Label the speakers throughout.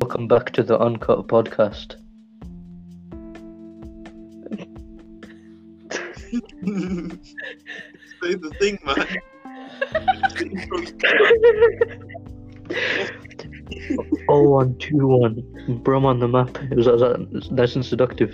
Speaker 1: welcome back to the Uncut Podcast.
Speaker 2: Say the thing, man.
Speaker 1: Oh one two one. Brum on the map. Is that, is that uh, nice and seductive?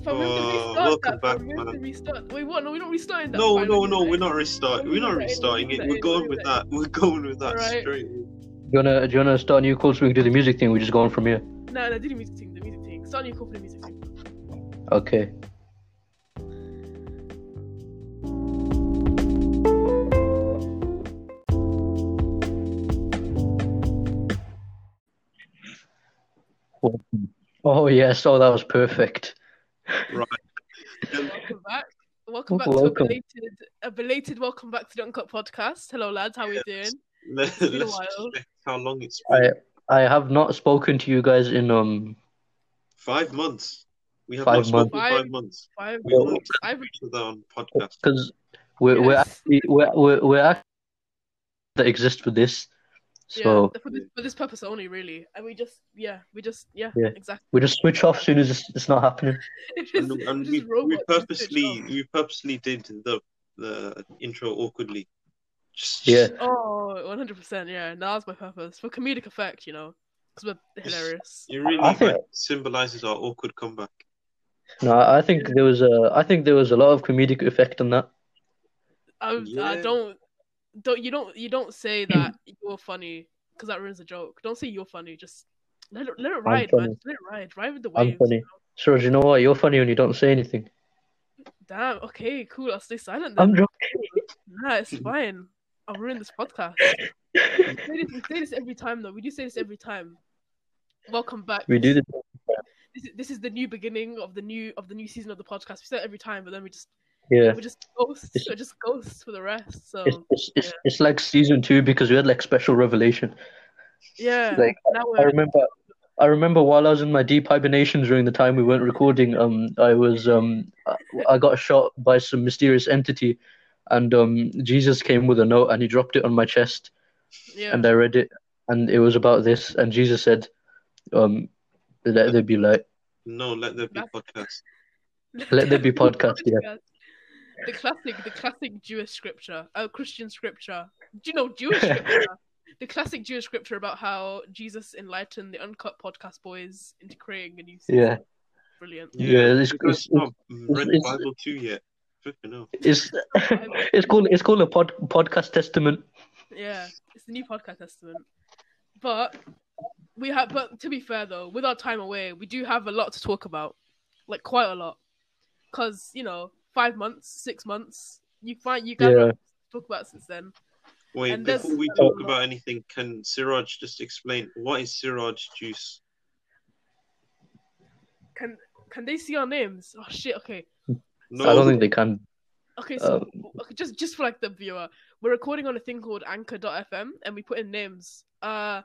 Speaker 3: If I remember to
Speaker 2: Oh,
Speaker 3: restart
Speaker 2: welcome
Speaker 3: that,
Speaker 2: back,
Speaker 3: if I remember to
Speaker 2: man.
Speaker 3: restart. Wait, what? No, we're not restarting that.
Speaker 2: no,
Speaker 3: fine,
Speaker 2: no,
Speaker 3: we'll
Speaker 2: no,
Speaker 3: do
Speaker 2: we're
Speaker 3: that.
Speaker 2: not restarting. We're not restarting it. We're going with that. We're going with that
Speaker 3: Alright.
Speaker 2: straight.
Speaker 1: Do you wanna do you wanna start a new course? We can do the music thing. We're just going from here.
Speaker 3: No, no, do the music thing, the music thing. Start your call for the music thing.
Speaker 1: Okay. Oh yes, oh that was perfect.
Speaker 3: Welcome back. Welcome back to
Speaker 1: Welcome.
Speaker 3: a belated, a belated welcome back to the Uncut Podcast. Hello, lads. How are we doing?
Speaker 2: Let,
Speaker 3: been a
Speaker 2: us
Speaker 3: while.
Speaker 2: check how long it's been.
Speaker 1: I I have not spoken to you guys in um
Speaker 2: Five months. We have
Speaker 1: Five
Speaker 2: not spoken for
Speaker 3: months.
Speaker 2: five months.
Speaker 3: Five.
Speaker 2: We will
Speaker 3: I've
Speaker 2: put that on podcast.
Speaker 1: because we're we're
Speaker 3: Yes.
Speaker 1: actually we're we're, we're actually that exist for this. So
Speaker 3: yeah, for, this, for this purpose only, really. And we just, yeah, we just, yeah,
Speaker 1: Yeah.
Speaker 3: exactly.
Speaker 1: we just switch off as soon as it's, it's not happening.
Speaker 3: It's
Speaker 2: And,
Speaker 3: just-
Speaker 2: and
Speaker 3: it's
Speaker 2: we,
Speaker 3: just
Speaker 2: we
Speaker 3: robots who switch
Speaker 2: purposely
Speaker 3: off.
Speaker 2: we purposely did the the intro awkwardly. Just,
Speaker 1: Yeah.
Speaker 3: Oh, 100%, yeah. No, that's my purpose. For comedic effect, you know. Because we're
Speaker 2: Just-
Speaker 3: hilarious.
Speaker 2: It really
Speaker 1: I think-
Speaker 2: like, symbolizes our awkward comeback.
Speaker 1: No, I I think there was a I think there was a lot of comedic effect on that.
Speaker 3: I, I
Speaker 2: Yeah.
Speaker 3: don't don't you don't you don't say that you're funny because that ruins the joke. Don't say you're funny. Just let it let it ride, man.
Speaker 1: funny.
Speaker 3: Just let it ride. Ride with the
Speaker 1: I'm
Speaker 3: waves.
Speaker 1: funny. Suraj, you know what? You're funny when you don't say anything.
Speaker 3: Damn. Okay. Cool. I'll stay silent then.
Speaker 1: I'm joking.
Speaker 3: Nah, it's fine. I'll ruin this podcast. we, say this, we say this every time though. We do say this every time. Welcome back.
Speaker 1: We do this.
Speaker 3: This is, this is the new beginning of the new of the new season of the podcast. We say it every time, but then we just
Speaker 1: Yeah.
Speaker 3: we just ghosts.
Speaker 1: It's-
Speaker 3: We're just ghosts for the rest. So
Speaker 1: It's it's, it's, it's like season two because we had like special revelation.
Speaker 3: yeah.
Speaker 1: like,
Speaker 3: now
Speaker 1: I
Speaker 3: we're
Speaker 1: remember I remember while I was in my deep hibernation during the time we weren't recording, um, I was um, I- I got shot by some mysterious entity, and um, Jesus came with a note and he dropped it on my chest,
Speaker 3: yeah.
Speaker 1: and I read it, and it was about this, and Jesus said, um, let there be light,
Speaker 2: No, let there be
Speaker 3: That's-
Speaker 2: podcast.
Speaker 1: let there be podcast, yeah.
Speaker 3: The classic, the classic Jewish scripture, uh, Christian scripture. Do you know Jewish scripture? the classic Jewish scripture about how Jesus enlightened the uncut podcast boys into creating a new season.
Speaker 1: Yeah.
Speaker 3: Brilliant.
Speaker 1: Yeah, this-
Speaker 2: you guys
Speaker 1: it's-
Speaker 2: not read
Speaker 1: it's-
Speaker 2: Bible too yet. Flipping hell.
Speaker 1: it's it's called it's called a pod, podcast testament.
Speaker 3: Yeah, it's the new podcast testament. But we have, but to be fair though, with our time away, we do have a lot to talk about, like quite a lot, because you know, five months, six months, you find you got
Speaker 1: Yeah.
Speaker 3: to talk about since then.
Speaker 2: Wait,
Speaker 3: And
Speaker 2: before
Speaker 3: this-
Speaker 2: we talk about anything, can Siraj just explain what is Siraj juice?
Speaker 3: Can can they see our names? Oh shit! Okay,
Speaker 2: No,
Speaker 1: I don't think they can.
Speaker 3: okay. So
Speaker 1: Um,
Speaker 3: okay, just just for like the viewer, we're recording on a thing called Anchor.fm, and we put in names. Uh,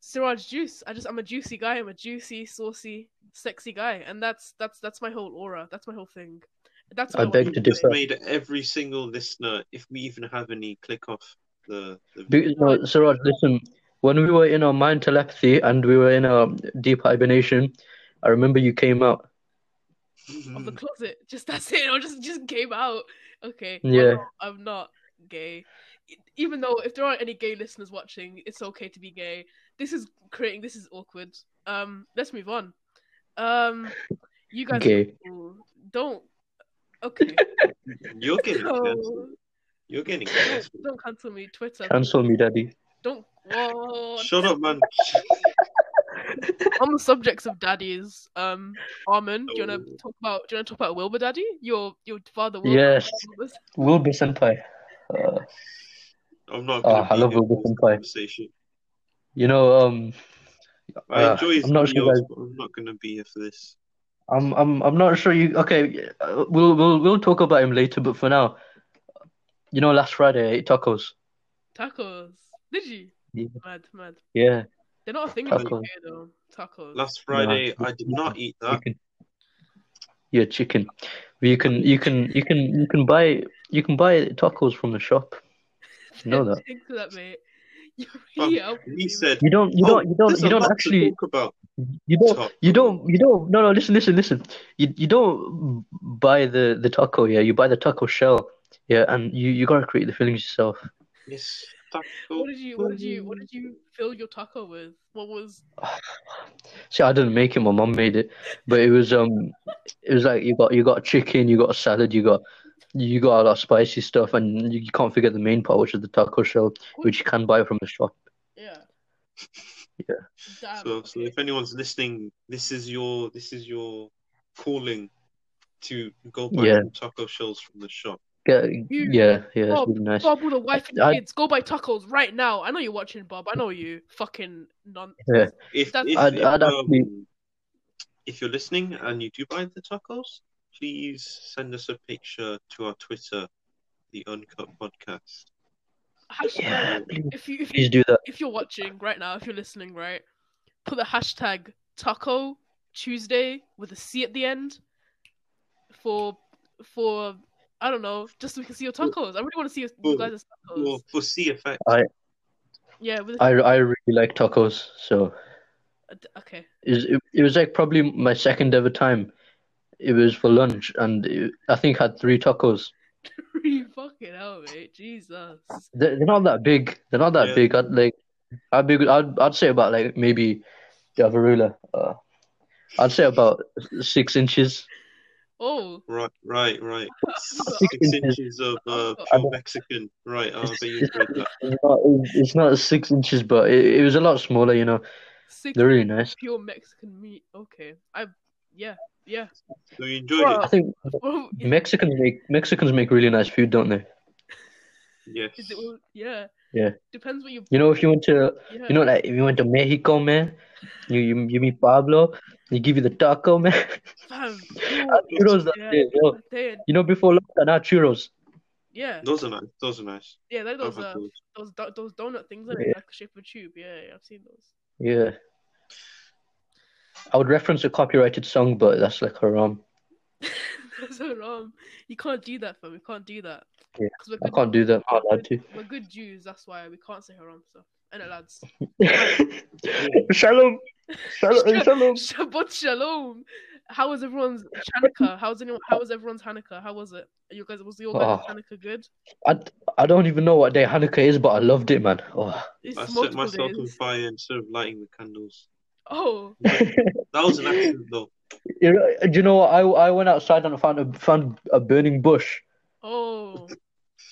Speaker 3: Siraj Juice. I just I'm a juicy guy. I'm a juicy, saucy, sexy guy, and that's that's that's my whole aura. That's my whole thing. That's
Speaker 1: I
Speaker 3: what
Speaker 1: beg
Speaker 3: want
Speaker 1: to
Speaker 3: do.
Speaker 2: just
Speaker 1: differ.
Speaker 2: made every single listener, if we even have any, click off the. the...
Speaker 1: Be- No, Siraj, listen. When we were in our mind telepathy and we were in our deep hibernation, I remember you came out.
Speaker 3: of
Speaker 2: Mm-hmm.
Speaker 1: Mm.
Speaker 3: the closet. Just that's it. I just just came out. Okay. I'm
Speaker 1: Yeah.
Speaker 3: not- I'm not gay. E- Even though if there aren't any gay listeners watching, it's okay to be gay. This is creating. This is awkward. Um, let's move on. Um, you guys
Speaker 1: Gay.
Speaker 3: Ooh, don't. Okay.
Speaker 2: You're getting
Speaker 3: Oh.
Speaker 2: cancelled.
Speaker 3: No.
Speaker 2: You're getting
Speaker 3: Don't,
Speaker 2: cancelled.
Speaker 3: don't cancel me, Twitter.
Speaker 1: Cancel me, daddy.
Speaker 3: Don't. Whoa.
Speaker 2: Shut up, man.
Speaker 3: On the subjects of daddies, um, Armin, do you wanna
Speaker 2: No.
Speaker 3: talk about? Do you wanna talk about Wilbur, Daddy? Your your father. Wilbur,
Speaker 1: Yes,
Speaker 3: Wilbur's-
Speaker 1: Wilbur Senpai. Uh,
Speaker 2: I'm
Speaker 1: Oh,
Speaker 2: not. gonna be
Speaker 1: I love
Speaker 2: here
Speaker 1: Wilbur
Speaker 2: for this
Speaker 1: Senpai.
Speaker 2: conversation.
Speaker 1: you know, um,
Speaker 2: I
Speaker 1: Uh,
Speaker 2: enjoy his
Speaker 1: I'm not
Speaker 2: videos,
Speaker 1: sure guys-
Speaker 2: but I'm not gonna be here for this.
Speaker 1: I'm, I'm, I'm not sure you. Okay, uh, we'll, we'll, we'll talk about him later. But for now, you know, last Friday I ate tacos.
Speaker 3: Tacos. Did you?
Speaker 1: Yeah.
Speaker 3: Mad, mad.
Speaker 1: Yeah,
Speaker 3: They're not a thing in the
Speaker 1: Tacos.
Speaker 3: UK though. Tacos.
Speaker 2: Last Friday, I did not eat that.
Speaker 1: chicken. Yeah, chicken. You can, you can, you can, you can buy, you can buy tacos from the shop. You know that.
Speaker 3: Thanks for that, mate. You're
Speaker 2: Well,
Speaker 3: here.
Speaker 2: We said
Speaker 1: You don't. You
Speaker 2: Oh,
Speaker 1: don't. You don't.
Speaker 2: there's
Speaker 1: You
Speaker 2: a
Speaker 1: don't
Speaker 2: lot to
Speaker 1: actually.
Speaker 2: talk about.
Speaker 1: You don't.
Speaker 2: Taco.
Speaker 1: You don't. You don't. No, no. Listen. Listen. Listen. You you don't buy the the taco. Yeah, you buy the taco shell. Yeah, and you you gotta create the fillings yourself.
Speaker 2: Yes, taco.
Speaker 3: What did you? What did you? What did you fill your taco with? What was?
Speaker 1: See, I didn't make it. My mom made it, but it was um, it was like you got you got chicken, you got a salad, you got you got a lot of spicy stuff, and you, you can't forget the main part, which is the taco shell, which you can buy from the shop.
Speaker 3: Yeah.
Speaker 1: Yeah.
Speaker 3: Damn.
Speaker 2: so, so if anyone's listening, this is your this is your calling to go buy
Speaker 1: Yeah.
Speaker 2: some taco shells from the shop.
Speaker 1: Yeah,
Speaker 3: You-
Speaker 1: yeah, yeah. It's
Speaker 3: Bob,
Speaker 1: really nice.
Speaker 3: Bob with a wife and
Speaker 1: I-
Speaker 3: kids, go buy tacos right now. I know you're watching, Bob. I know you. Fucking non.
Speaker 1: Yeah.
Speaker 2: If
Speaker 3: That's-
Speaker 2: if,
Speaker 1: I'd-
Speaker 2: if,
Speaker 1: I'd
Speaker 2: um,
Speaker 1: actually-
Speaker 2: if you're listening and you do buy the tacos, please send us a picture to our Twitter, the Uncut Podcast.
Speaker 3: Hashtag,
Speaker 1: Yeah, please,
Speaker 3: If you if, you,
Speaker 1: please do that.
Speaker 3: if you're watching right now, if you're listening right, put the hashtag Taco Tuesday with a C at the end. For for I don't know, just so we can see your tacos. I really want to see your,
Speaker 2: Cool.
Speaker 3: you guys' tacos.
Speaker 2: Well, for C effect,
Speaker 1: I-
Speaker 3: Yeah. With a,
Speaker 1: I I really like tacos, so
Speaker 3: okay.
Speaker 1: it was, it, it was like probably my second ever time. It was for lunch, and it, I think had three tacos.
Speaker 3: Fucking hell, mate. Jesus.
Speaker 1: They're, they're not that big. They're not that
Speaker 2: Yeah.
Speaker 1: big. I'd like, I'd be, I'd, I'd say about like maybe, yeah, Varula. Uh, I'd say about six inches.
Speaker 3: Oh.
Speaker 2: right, right, right.
Speaker 1: think
Speaker 2: Six
Speaker 1: it is-
Speaker 2: inches of uh,
Speaker 1: I
Speaker 2: pure
Speaker 1: don't-
Speaker 2: Mexican. Right, I
Speaker 1: It's,
Speaker 2: bet you
Speaker 1: it's,
Speaker 2: enjoyed that.
Speaker 1: it's not, it's not six inches, but it, it was a lot smaller. You know,
Speaker 3: Six
Speaker 1: they're really nice.
Speaker 3: pure Mexican meat. Okay. I yeah, yeah. Oh,
Speaker 2: So you enjoyed it.
Speaker 1: I think
Speaker 3: Well, is,
Speaker 1: Mexicans make Mexicans make really nice food, don't they?
Speaker 2: Yes.
Speaker 3: is it well, yeah.
Speaker 1: Yeah.
Speaker 3: Depends what you
Speaker 1: You know, if you went to,
Speaker 3: yeah.
Speaker 1: you know, like if you went to Mexico, man, you you, you meet Pablo, they give you the taco, man.
Speaker 3: fam,
Speaker 1: churros that
Speaker 3: yeah.
Speaker 1: day, as well.
Speaker 3: They-
Speaker 1: You know, before lockdown, our churros.
Speaker 3: yeah,
Speaker 2: Those are nice. Those are nice.
Speaker 3: yeah, like
Speaker 2: I've
Speaker 3: those
Speaker 2: had
Speaker 3: uh,
Speaker 2: those.
Speaker 3: those do- those donut things like,
Speaker 1: Yeah.
Speaker 3: like the shape of a tube. Yeah, yeah, I've seen those.
Speaker 1: Yeah. I would reference a copyrighted song, but that's like haram.
Speaker 3: That's so wrong. You can't do that, fam. You can't do that.
Speaker 1: Yeah,
Speaker 3: 'Cause we're
Speaker 1: I
Speaker 3: good-
Speaker 1: can't do that. I'm not allowed to.
Speaker 3: We're good Jews. That's why we can't say haram stuff. And it lads.
Speaker 1: Shalom. Shalom. Shalom.
Speaker 3: Shabbat shalom. How was everyone's Hanukkah? How was anyone? How was everyone's Hanukkah? How was it? You guys, was your guys'
Speaker 1: Oh.
Speaker 3: Hanukkah good?
Speaker 1: I, I don't even know what day Hanukkah is, but I loved it, man. Oh,
Speaker 3: It's
Speaker 2: I set
Speaker 3: multiple
Speaker 2: myself on
Speaker 3: days.
Speaker 2: fire instead of lighting the candles.
Speaker 3: Oh,
Speaker 2: That was an accident, though.
Speaker 1: you know, do you know what? I, I went outside and found a found a burning bush.
Speaker 3: oh,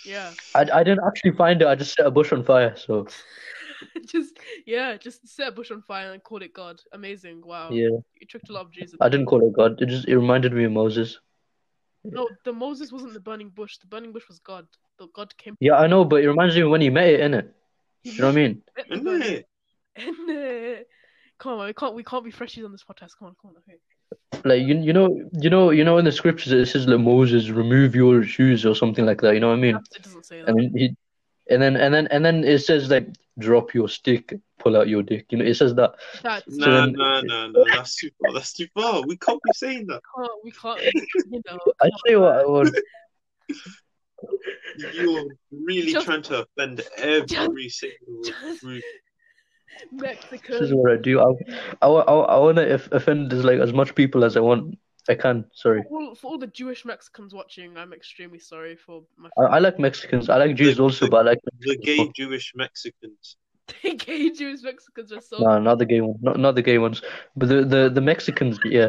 Speaker 3: yeah.
Speaker 1: I, I didn't actually find it. I just set a bush on fire. So
Speaker 3: just yeah, just set a bush on fire and call it God. Amazing. Wow.
Speaker 1: yeah,
Speaker 3: You tricked a lot of Jews.
Speaker 1: I didn't call it God. It just it reminded me of Moses.
Speaker 3: No, the Moses wasn't the burning bush. The burning bush was God. The God came.
Speaker 1: Yeah, I know, but it reminds me of when he met it, innit?
Speaker 3: He
Speaker 1: You know what I mean?
Speaker 3: met the
Speaker 2: Isn't
Speaker 3: burning-
Speaker 2: it?
Speaker 3: Innit? Come on, we can't we can't be freshies on this podcast. Come on, come on. Okay.
Speaker 1: Like you, you know, you know, you know, in the scriptures it says like Moses, remove your shoes or something like that. You know what I mean?
Speaker 3: It doesn't say that.
Speaker 1: And then he, and then and then and then it says like drop your stick, pull out your dick. You know, it says that.
Speaker 3: That's
Speaker 1: So
Speaker 2: No,
Speaker 1: then-
Speaker 2: no, no, no. That's too far. That's too far. We can't be saying that.
Speaker 3: can't, we can't. You know.
Speaker 1: I tell you what, I would.
Speaker 2: You're really
Speaker 3: Just-
Speaker 2: trying to offend every single
Speaker 3: just-
Speaker 2: group.
Speaker 1: This is
Speaker 3: Mexican.
Speaker 1: what I do. I, I, I, I want to offend as like as much people as I want. I can. Sorry.
Speaker 3: For all, for all the Jewish Mexicans watching, I'm extremely sorry for my.
Speaker 1: I, I like Mexicans. I like Jews also, but I like
Speaker 2: The gay Jewish Mexicans.
Speaker 3: gay Jewish Mexicans are so.
Speaker 1: no, not the gay ones, not, not the gay ones, but the, the, the Mexicans. Yeah,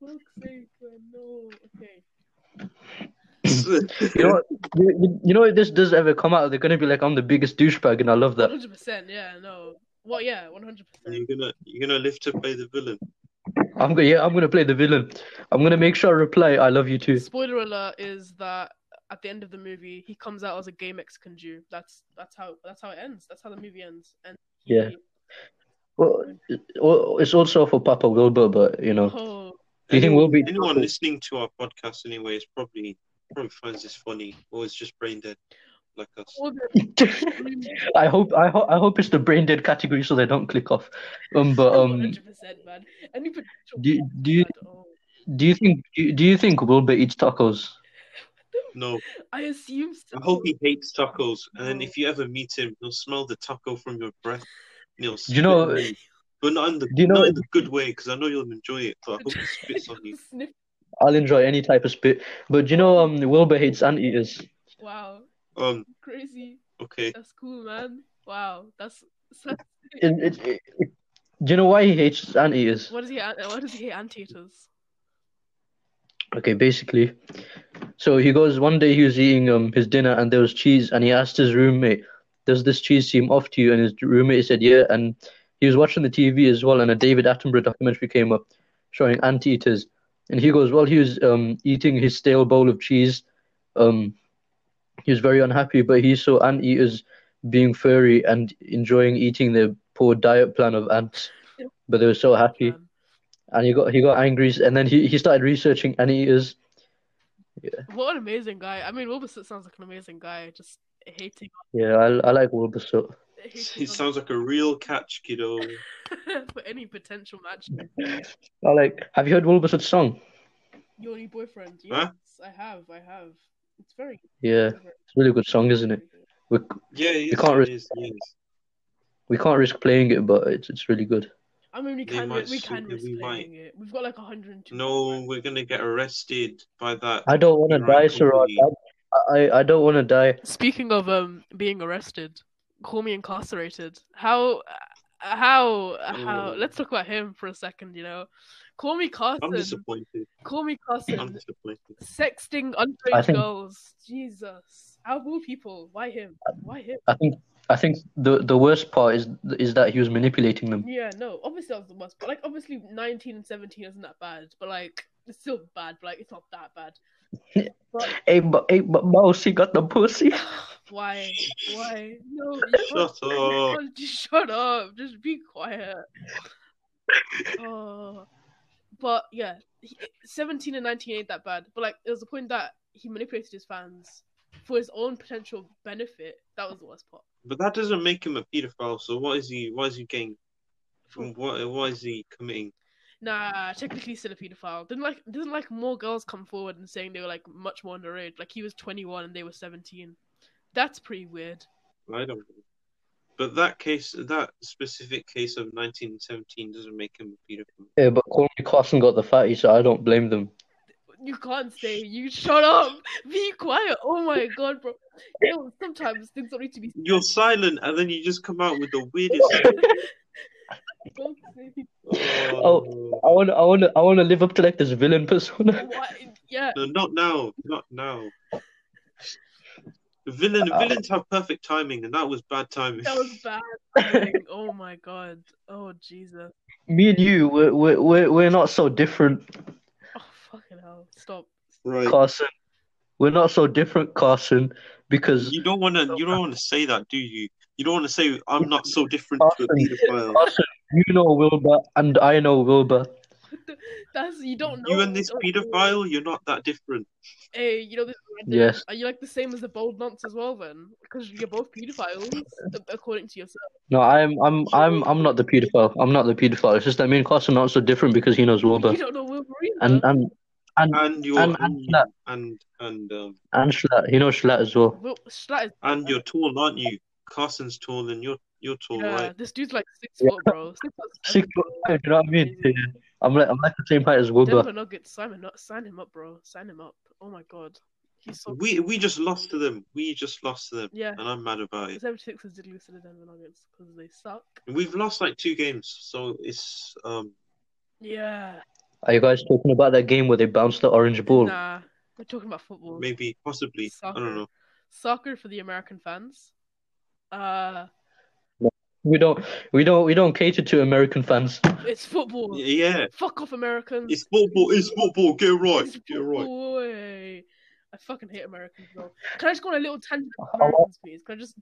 Speaker 3: Fuck's sake, man, no. Okay.
Speaker 1: you know, what? you, you- you know, if this does ever come out, they're gonna be like, I'm the biggest douchebag, and I love that.
Speaker 3: 100%, yeah, no. Well, yeah, 100%.
Speaker 2: You're gonna, you're gonna live to play the villain.
Speaker 1: I'm gonna, yeah, I'm gonna play the villain. I'm gonna make sure I reply, I love you too.
Speaker 3: Spoiler alert is that at the end of the movie, he comes out as a gay Mexican Jew. That's that's how that's how it ends. That's how the movie ends. And he-
Speaker 1: Yeah. Well, it- well, it's also for Papa Wilbur, but you know,
Speaker 3: Oh,
Speaker 1: do you think we'll be?
Speaker 2: Anyone listening to our podcast, anyway, is probably probably finds this funny or is just brain dead, like us.
Speaker 3: all the extreme-
Speaker 1: I hope, I hope, I hope it's the brain dead category, so they don't click off. Um, but um,
Speaker 3: 100%, man. Any potential
Speaker 1: do- do you-
Speaker 3: bad, oh.
Speaker 1: do you think, do you think Wilbur eats tacos?
Speaker 2: No,
Speaker 3: I assume so.
Speaker 2: I hope he hates tacos. And then if you ever meet him, he'll smell the taco from your breath. and He'll spit
Speaker 1: know-
Speaker 2: on you. but not in the
Speaker 1: Do you know-
Speaker 2: not in the good way because I know you'll enjoy it. But I hope he spits on you.
Speaker 3: Sniff.
Speaker 1: I'll enjoy any type of spit. But you know, um, Wilbur hates anteaters.
Speaker 3: Wow,
Speaker 2: Um,
Speaker 3: crazy.
Speaker 2: okay.
Speaker 3: That's cool, man. Wow, that's.
Speaker 1: It, it, it- do you know why he hates anteaters?
Speaker 3: What does he? What does he hate? Anteaters.
Speaker 1: Okay, basically, so he goes. One day he was eating um his dinner and there was cheese, and he asked his roommate, "Does this cheese seem off to you?" And his roommate said, "Yeah." And he was watching the TV as well, and a David Attenborough documentary came up showing anteaters, and he goes, "Well, he was um eating his stale bowl of cheese, um, he was very unhappy, but he saw anteaters being furry and enjoying eating their poor diet plan of ants, but they were so happy."
Speaker 3: Man.
Speaker 1: and he got he got angry, and then he, he started researching anteaters.
Speaker 3: What an amazing guy. I mean, Wilbur sounds like an amazing guy. Just hating.
Speaker 1: Yeah, I, I like Wilbur Soot.
Speaker 2: It sounds like a real catch, kiddo.
Speaker 3: for any potential match.
Speaker 1: I like. Have you heard Wilbur Soot's song?
Speaker 3: Your only boyfriend. Yes,
Speaker 2: Huh?
Speaker 3: I have. I have. It's very.
Speaker 1: Yeah, it's a really good song, isn't it? We
Speaker 2: Yeah, it is,
Speaker 1: You can't
Speaker 2: it is, it is.
Speaker 1: we can't risk playing it, but it's it's really good.
Speaker 3: I mean, we
Speaker 2: They
Speaker 3: can.
Speaker 2: might
Speaker 3: We
Speaker 2: sue
Speaker 3: can
Speaker 2: you,
Speaker 3: risk
Speaker 2: we might.
Speaker 3: playing it. We've got like 102.
Speaker 2: No, we're gonna get arrested by that.
Speaker 1: I don't want to
Speaker 2: You're right,
Speaker 1: die, Siraj.
Speaker 2: completely.
Speaker 1: I I- I don't want to die.
Speaker 3: Speaking of um being arrested, call me incarcerated. How, uh, how, how?
Speaker 2: Ooh.
Speaker 3: Let's talk about him for a second. You know, call me Carson.
Speaker 2: Oh. I'm disappointed.
Speaker 3: Call me
Speaker 2: I'm
Speaker 3: Carson.
Speaker 2: disappointed.
Speaker 3: Sexting
Speaker 1: I
Speaker 3: underage
Speaker 1: think-
Speaker 3: girls. Jesus. How will people? Why him?
Speaker 1: Uh,
Speaker 3: Why him?
Speaker 1: I think I think the the worst part is is that he was manipulating them.
Speaker 3: Yeah, no. Obviously, that was the worst. But like, obviously, 19 and 17 isn't that bad. But like, it's still bad. But like, it's not that bad.
Speaker 1: Hey, but hey, but mouse, he got the pussy.
Speaker 3: Why? Why? No. you can't-
Speaker 2: Shut up.
Speaker 3: Oh, just shut up. Just be quiet. oh. But yeah, he- 17 and 19 ain't that bad. But like, there was a point that he manipulated his fans for his own potential benefit. That was the worst part.
Speaker 2: But that doesn't make him a pedophile. So what is he? Why is he getting? What? Why is he committing?
Speaker 3: Nah, technically still a pedophile. Didn't like didn't like more girls come forward and saying they were like much more underage. Like he was 21 and they were 17. That's pretty weird.
Speaker 2: I don't. know. But that case, that specific case of 1917, doesn't make him a pedophile.
Speaker 1: Yeah, but Cormac Carson got the fatty, so I don't blame them.
Speaker 3: You can't say you shut up. Be quiet. Oh my god, bro. You know, sometimes things don't need to be
Speaker 2: You're silent, and then you just come out with the weirdest.
Speaker 3: don't say
Speaker 2: oh.
Speaker 1: I want I want I want to live up to like this villain persona.
Speaker 3: what yeah.
Speaker 2: No, not now. Not now. The villain,
Speaker 1: Uh.
Speaker 2: villains have perfect timing, and that was bad timing.
Speaker 3: That was bad. timing. oh my god. Oh Jesus.
Speaker 1: Me and you, we're we're we're, we're not so different.
Speaker 3: Oh fucking hell. Stop.
Speaker 2: right.
Speaker 1: Carson. We're not so different, Carson, because
Speaker 2: You don't want to. You don't want to say that, do you? You don't want to say I'm not so different to a
Speaker 1: Awesome.
Speaker 2: pedophile.
Speaker 1: Carson, you know Wilbur and I know Wilbur.
Speaker 3: That's you don't know.
Speaker 2: You and this
Speaker 3: don't know.
Speaker 2: pedophile, you're not that different.
Speaker 3: Hey, you know this
Speaker 1: Yes.
Speaker 3: Are you like the same as the bold nonce as well then? Because you're both pedophiles, a- according to yourself.
Speaker 1: No, I'm I'm I'm I'm not the pedophile. I'm not the pedophile. It's just that me and Carson are not so different because he knows Wilbur.
Speaker 3: You don't know Wolverine.
Speaker 1: And uh,
Speaker 3: though.
Speaker 1: and and
Speaker 2: And your
Speaker 1: And-
Speaker 2: and
Speaker 1: and
Speaker 2: and
Speaker 1: that-
Speaker 2: and and, um,
Speaker 1: and Schlatt, he knows Schlatt as well.
Speaker 3: Wil- Schlatt is-
Speaker 2: and you're tall, aren't you? Carson's tall, and you're you're tall,
Speaker 3: yeah,
Speaker 2: right?
Speaker 3: uh, this dude's like six
Speaker 1: Yeah.
Speaker 3: foot, bro. Six foot.
Speaker 1: Six foot five, you know what I mean? Yeah. I'm like I'm like the same height as
Speaker 3: Denver
Speaker 1: Wilbur.
Speaker 3: Nuggets, Simon, Nug- sign him up, bro. Sign him up. Oh my god, he's so
Speaker 2: We we just lost to them. We just lost to them,
Speaker 3: yeah.
Speaker 2: and I'm mad about
Speaker 3: The
Speaker 2: it.
Speaker 3: 76ers did lose to the Denver Nuggets because they suck.
Speaker 2: We've lost like two games, so it's um.
Speaker 3: Yeah.
Speaker 1: Are you guys talking about that game where they bounced the orange ball?
Speaker 3: Nah, we're talking about football.
Speaker 2: Maybe, possibly, I
Speaker 3: Soccer.
Speaker 2: don't know.
Speaker 3: Soccer for the American fans. Uh,
Speaker 1: We don't we don't we don't cater to American fans.
Speaker 3: it's football.
Speaker 2: Yeah,
Speaker 3: Fuck off, Americans.
Speaker 2: it's football. It's football. Get it right.
Speaker 3: It's
Speaker 2: Get it right.
Speaker 3: football, eh. I fucking hate Americans, bro. Can I just go on a little tangent about
Speaker 1: I- I-
Speaker 3: Americans, please? Can I just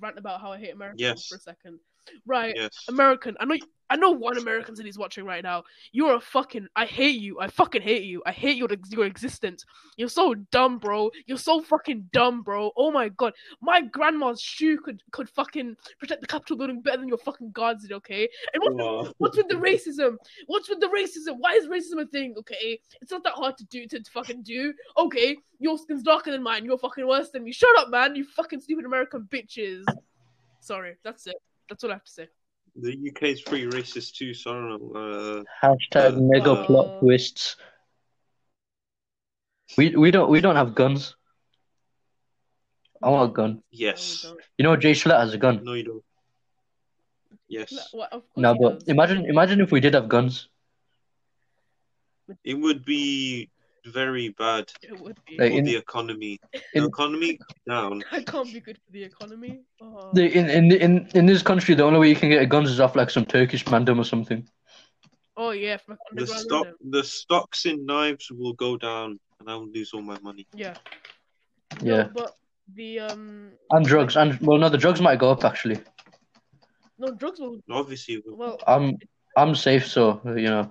Speaker 3: rant about how I hate Americans
Speaker 2: Yes.
Speaker 3: for a second? Right,
Speaker 2: Yes.
Speaker 3: American. I know. You, I know one American city's watching right now. You're a fucking. I hate you. I fucking hate you. I hate your your existence. You're so dumb, bro. You're so fucking dumb, bro. Oh my god, my grandma's shoe could could fucking protect the Capitol building better than your fucking guards did. Okay, and what's,
Speaker 2: Aw.
Speaker 3: what's with the racism? What's with the racism? Why is racism a thing? Okay, it's not that hard to do to, to fucking do. Okay, your skin's darker than mine. You're fucking worse than me. Shut up, man. You fucking stupid American bitches. Sorry, that's it. That's all I have to say.
Speaker 2: The UK is pretty racist too, so I don't know. Uh,
Speaker 1: Hashtag mega
Speaker 3: Uh,
Speaker 1: plot twists. We we don't we don't have guns. I want a gun.
Speaker 2: yes.
Speaker 3: No, we Oh, don't.
Speaker 1: You know Jay Schlatt has a gun.
Speaker 2: No, you don't. Yes.
Speaker 3: No, well, of course
Speaker 1: No,
Speaker 3: he
Speaker 1: but
Speaker 3: does.
Speaker 1: imagine imagine if we did have guns.
Speaker 2: It would be very bad
Speaker 3: it would be.
Speaker 2: for
Speaker 1: Like, in-
Speaker 2: the economy.
Speaker 1: in-
Speaker 2: the economy down.
Speaker 3: I can't be good for the economy. Oh.
Speaker 1: The, in, in in in this country, the only way you can get a gun is off like some Turkish mandem or something.
Speaker 3: oh yeah, from like
Speaker 2: The
Speaker 3: underground.
Speaker 2: stock,
Speaker 3: rhythm.
Speaker 2: the stocks in knives will go down, and I will lose all my money.
Speaker 3: Yeah. No,
Speaker 1: Yeah,
Speaker 3: but the um
Speaker 1: and drugs. And well, no, the drugs might go up actually.
Speaker 3: no drugs will
Speaker 2: Obviously, it will.
Speaker 3: well
Speaker 1: I'm I'm safe, so you know.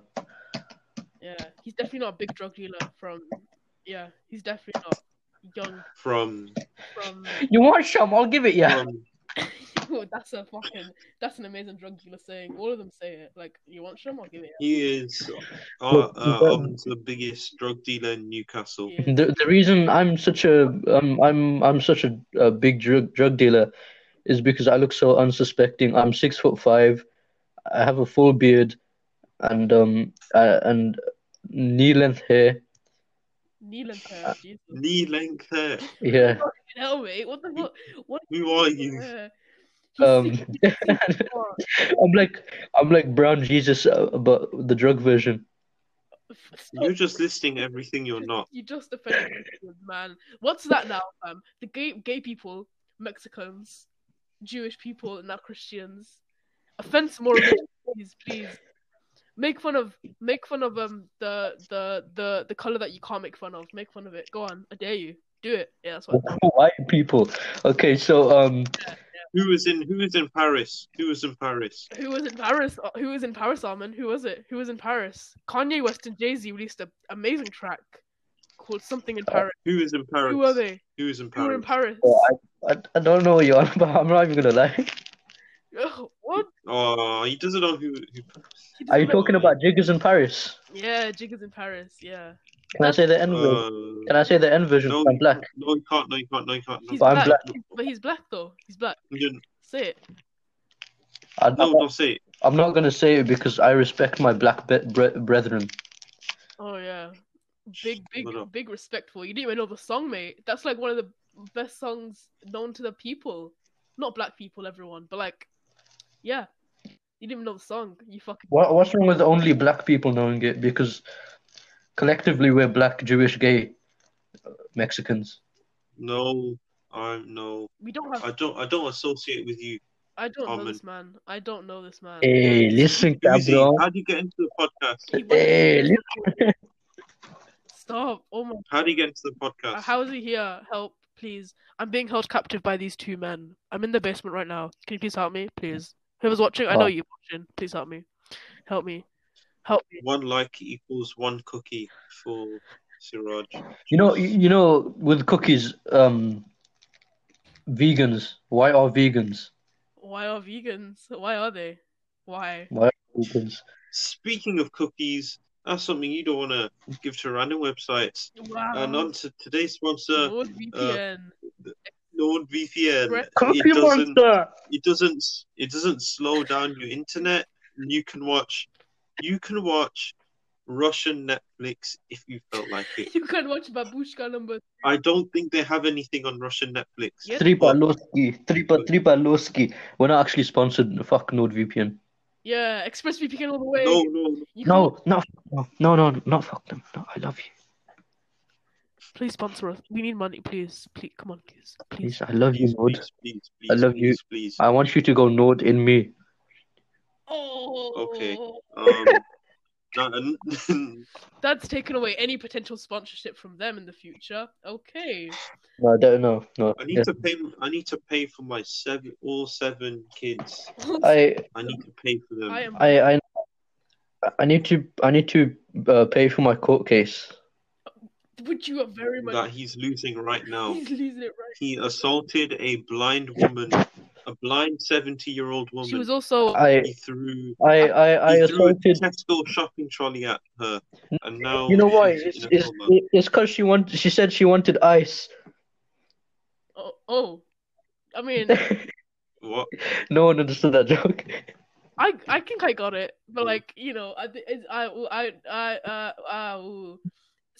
Speaker 3: yeah he's definitely not a big drug dealer from yeah he's definitely not young
Speaker 2: from
Speaker 3: from
Speaker 1: You want some? I'll give it you.
Speaker 2: from
Speaker 3: Oh, that's a fucking that's an amazing drug dealer saying all of them say it like you want some I'll give it
Speaker 2: he is uh,
Speaker 1: Look,
Speaker 2: uh, um, the biggest drug dealer in Newcastle.
Speaker 3: you.
Speaker 1: The the reason I'm such a um, I'm I'm such a, a big drug drug dealer is because I look so unsuspecting. I'm six foot five, I have a full beard, and um uh, and knee length hair.
Speaker 3: Neil and Pear, Jesus
Speaker 2: Knee length hair.
Speaker 1: Yeah.
Speaker 3: hell mate what the fuck what
Speaker 2: Who are you?
Speaker 3: Yeah. He's
Speaker 1: Um,
Speaker 3: six- four.
Speaker 1: I'm like I'm like brown Jesus, uh, but the drug version.
Speaker 3: Stop.
Speaker 2: You're just listing everything you're not.
Speaker 3: You just offended me, man. What's that now, fam? The gay gay people, Mexicans, Jewish people, and now Christians. Offense more please, please. Make fun of make fun of um the the the the color that you can't make fun of. Make fun of it. Go on, I dare you. Do it. Yeah, that's what.
Speaker 1: White people. Okay, so um,
Speaker 2: Who was in Who was in Paris? Who was in Paris?
Speaker 3: Who was in Paris? Uh, Who was in Paris, Armin? Who was it? Who was in Paris? Kanye West and Jay Z released an amazing track called "Something in Paris."
Speaker 2: Who was in Paris?
Speaker 3: Who were they?
Speaker 2: Who was in
Speaker 3: Who were in
Speaker 2: Paris?
Speaker 3: Paris?
Speaker 1: I, I don't know what you're on about. I'm not even gonna lie.
Speaker 3: Ugh, what?
Speaker 2: Oh, he doesn't know who. who...
Speaker 3: He
Speaker 1: Are you
Speaker 3: doesn't-
Speaker 1: talking about jiggers in Paris?
Speaker 3: Yeah, Jiggas in Paris. Yeah,
Speaker 1: Can I say the N word?
Speaker 2: Uh,
Speaker 1: Can I say the N version?
Speaker 2: No,
Speaker 1: I'm black.
Speaker 2: No, you can't. No, you can't. No, you can't. No,
Speaker 3: he's
Speaker 1: But I'm
Speaker 3: black.
Speaker 1: black.
Speaker 3: But he's black though. He's black.
Speaker 2: You-
Speaker 3: Say it.
Speaker 1: I,
Speaker 2: no, no, say it.
Speaker 1: I'm not gonna say it because I respect my black be- bre- brethren.
Speaker 3: Oh yeah, big, big,
Speaker 2: Shut up.
Speaker 3: big respectful. You didn't even know the song, mate. That's like one of the best songs known to the people. Not black people, everyone, but like, yeah, you didn't even know the song. You fucking.
Speaker 1: What, what's wrong with only black people knowing it? Because collectively we're black, Jewish, gay, uh, Mexicans.
Speaker 2: No, I'm no.
Speaker 3: We don't have.
Speaker 2: I don't. I don't associate with you.
Speaker 3: I don't know
Speaker 2: Armin.
Speaker 3: this man. I don't know this man.
Speaker 1: Hey, listen,
Speaker 2: Who is he?
Speaker 1: cabrón.
Speaker 2: How do you get into the podcast?
Speaker 3: He went-
Speaker 1: Hey, listen.
Speaker 3: Stop! Oh my.
Speaker 2: How do you get into the podcast?
Speaker 3: Uh, How is he here? Help, please. I'm being held captive by these two men. I'm in the basement right now. Can you please help me, please? Whoever's watching, I know
Speaker 1: Oh.
Speaker 3: you're watching. Please help me. Help me. Help me.
Speaker 2: One like equals one cookie for Siraj.
Speaker 1: You know, you you know, with cookies, um, vegans. Why are vegans?
Speaker 3: Why are vegans? Why are they? Why?
Speaker 1: Vegans.
Speaker 2: Speaking of cookies, that's something you don't want to give to random websites.
Speaker 3: Wow.
Speaker 2: And on to today's sponsor,
Speaker 3: NordVPN.
Speaker 2: NordVPN.
Speaker 1: Cookie
Speaker 2: It doesn't.
Speaker 1: Monster.
Speaker 2: it doesn't it doesn't slow down your internet and you can watch you can watch russian netflix if you felt like it
Speaker 3: you can watch Babushka number.
Speaker 2: i don't think they have anything on russian netflix
Speaker 3: Yeah.
Speaker 1: Tripa Lowski, Tripa Tripa Lowski. We're not actually sponsored. Fuck NordVPN.
Speaker 3: Yeah, ExpressVPN all the way.
Speaker 2: no no no.
Speaker 3: You can watch-
Speaker 1: No, no, no, no, no, not fuck them. No, I love you.
Speaker 3: Please sponsor us. We need money, please. Please, come on, please. Please.
Speaker 1: Please, I love you,
Speaker 2: please
Speaker 1: Nord.
Speaker 2: please please please
Speaker 1: I love you.
Speaker 2: please, please.
Speaker 1: I want you to go Nord in me.
Speaker 3: Oh.
Speaker 2: Okay. um No, n-
Speaker 3: That's taken away any potential sponsorship from them in the future. Okay.
Speaker 1: No, I don't know. No,
Speaker 2: I need to pay. I need to pay for my seven, all seven kids.
Speaker 1: I
Speaker 2: I need to pay for them.
Speaker 3: I am.
Speaker 1: I I I need to I need to uh, pay for my court case.
Speaker 3: Would you are very much.
Speaker 2: that he's losing right now.
Speaker 3: He's losing it right.
Speaker 2: He assaulted a blind woman, a blind seventy-year-old woman.
Speaker 3: She was also.
Speaker 1: I
Speaker 2: He threw.
Speaker 1: I I, I
Speaker 2: he threw a
Speaker 1: assaulted.
Speaker 2: Tesco shopping trolley at her, and now
Speaker 1: You know why? It's
Speaker 2: she's in a
Speaker 1: it's
Speaker 2: coma.
Speaker 1: it's because she want. She said she wanted ice.
Speaker 3: Oh, oh. I mean,
Speaker 2: What?
Speaker 1: no one understood that joke.
Speaker 3: I I think I got it, but like you know, I thi- it's- I I I uh, uh ooh.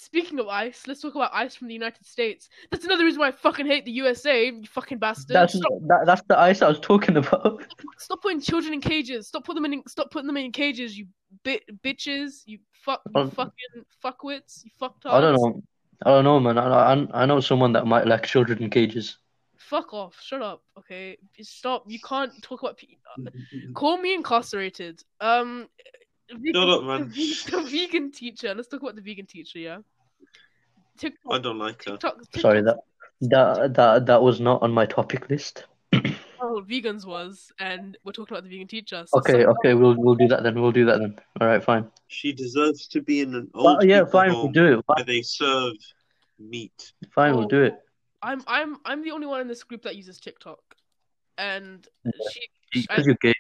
Speaker 3: Speaking of ice, let's talk about ice from the United States. That's another reason why I fucking hate the USA. You fucking bastard.
Speaker 1: That's
Speaker 3: stop,
Speaker 1: that, that's the ice I was talking about.
Speaker 3: stop putting children in cages. Stop putting them in. Stop putting them in cages. You bi- bitches. You fuck. You
Speaker 1: Um,
Speaker 3: fucking fuckwits. You fucked
Speaker 1: I don't know. I don't know, man. I, I I know someone that might like children in cages.
Speaker 3: Fuck off. Shut up. Okay. Stop. You can't talk about. Pe- Call me incarcerated. Um.
Speaker 2: Shut up, man.
Speaker 3: The vegan, the vegan teacher. Let's talk about the vegan teacher. Yeah. TikTok.
Speaker 2: I don't like her.
Speaker 3: TikTok. TikTok
Speaker 1: Sorry that that that that was not on my topic list.
Speaker 3: Oh, vegans was, and we're talking about the vegan teacher. so-
Speaker 1: Okay, uh-
Speaker 3: so-
Speaker 1: okay, we'll we'll do that then. We'll do that then. All right, fine.
Speaker 2: She deserves to be in an old
Speaker 1: Well, yeah,
Speaker 2: people
Speaker 1: fine. We'll
Speaker 2: home
Speaker 1: do it. Fine,
Speaker 2: where they serve meat.
Speaker 1: fine we'll do it.
Speaker 3: I'm I'm I'm the only one in this group that uses TikTok, and she. I-
Speaker 1: Because you're gay.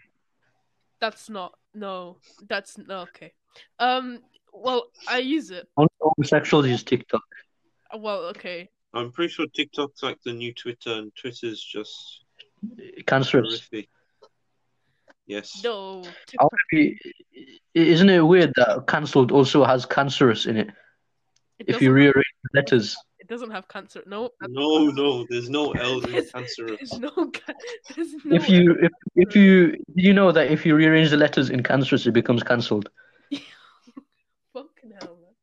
Speaker 3: that's not no. That's no okay. Um. Well, I use it.
Speaker 1: Only homosexuals use TikTok.
Speaker 3: Well, okay.
Speaker 2: I'm pretty sure TikTok's like the new Twitter, and Twitter's just
Speaker 1: Cancerous.
Speaker 2: horrific. Yes.
Speaker 3: No.
Speaker 1: I
Speaker 3: TikTok,
Speaker 1: wanna be- Isn't it weird that cancelled also has cancerous in it?
Speaker 3: it
Speaker 1: If
Speaker 3: doesn't,
Speaker 1: you rearrange the letters,
Speaker 3: it doesn't have cancer. No. that's-
Speaker 2: No, no, there's no L in
Speaker 3: There's-
Speaker 2: cancer.
Speaker 3: There's no. ca- There's no.
Speaker 1: if you if if you you know that if you rearrange the letters in cancerous, it becomes cancelled.
Speaker 3: Fucking hell, man.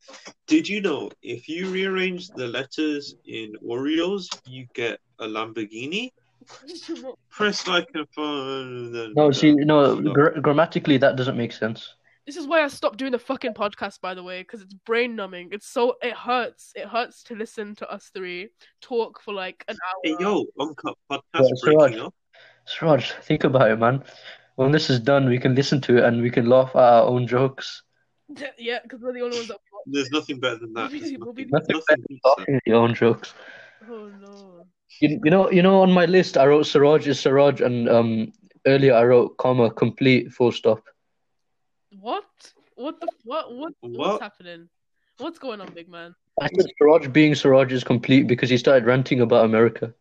Speaker 2: Did you know if you rearrange the letters in Oreos, you get a Lamborghini? Press like a phone. then-
Speaker 1: No, see, no,
Speaker 2: No.
Speaker 1: gr- grammatically that doesn't make sense.
Speaker 3: This is why I stopped doing the fucking podcast, by the way, because it's brain numbing. It's so it hurts. It hurts to listen to us three talk for like an
Speaker 2: Hey,
Speaker 3: hour.
Speaker 2: yo, Uncut Podcast
Speaker 1: it's
Speaker 2: breaking
Speaker 1: right.
Speaker 2: up.
Speaker 1: Sraj, think about it, man. When this is done, we can listen to it and we can laugh at our own jokes.
Speaker 3: yeah, because we're the only ones that.
Speaker 2: There's nothing better than that.
Speaker 3: We'll be-
Speaker 2: There's
Speaker 3: we'll be-
Speaker 2: nothing,
Speaker 1: Nothing
Speaker 2: nothing beats that.
Speaker 1: Laughing at your own jokes.
Speaker 3: Oh no.
Speaker 1: You, you know, you know, on my list, I wrote Siraj is Siraj, and um, earlier I wrote comma complete full stop.
Speaker 3: What? What the? What? What? What's
Speaker 2: What?
Speaker 3: happening? What's going on, big man?
Speaker 1: I said Siraj being Siraj is complete because he started ranting about America.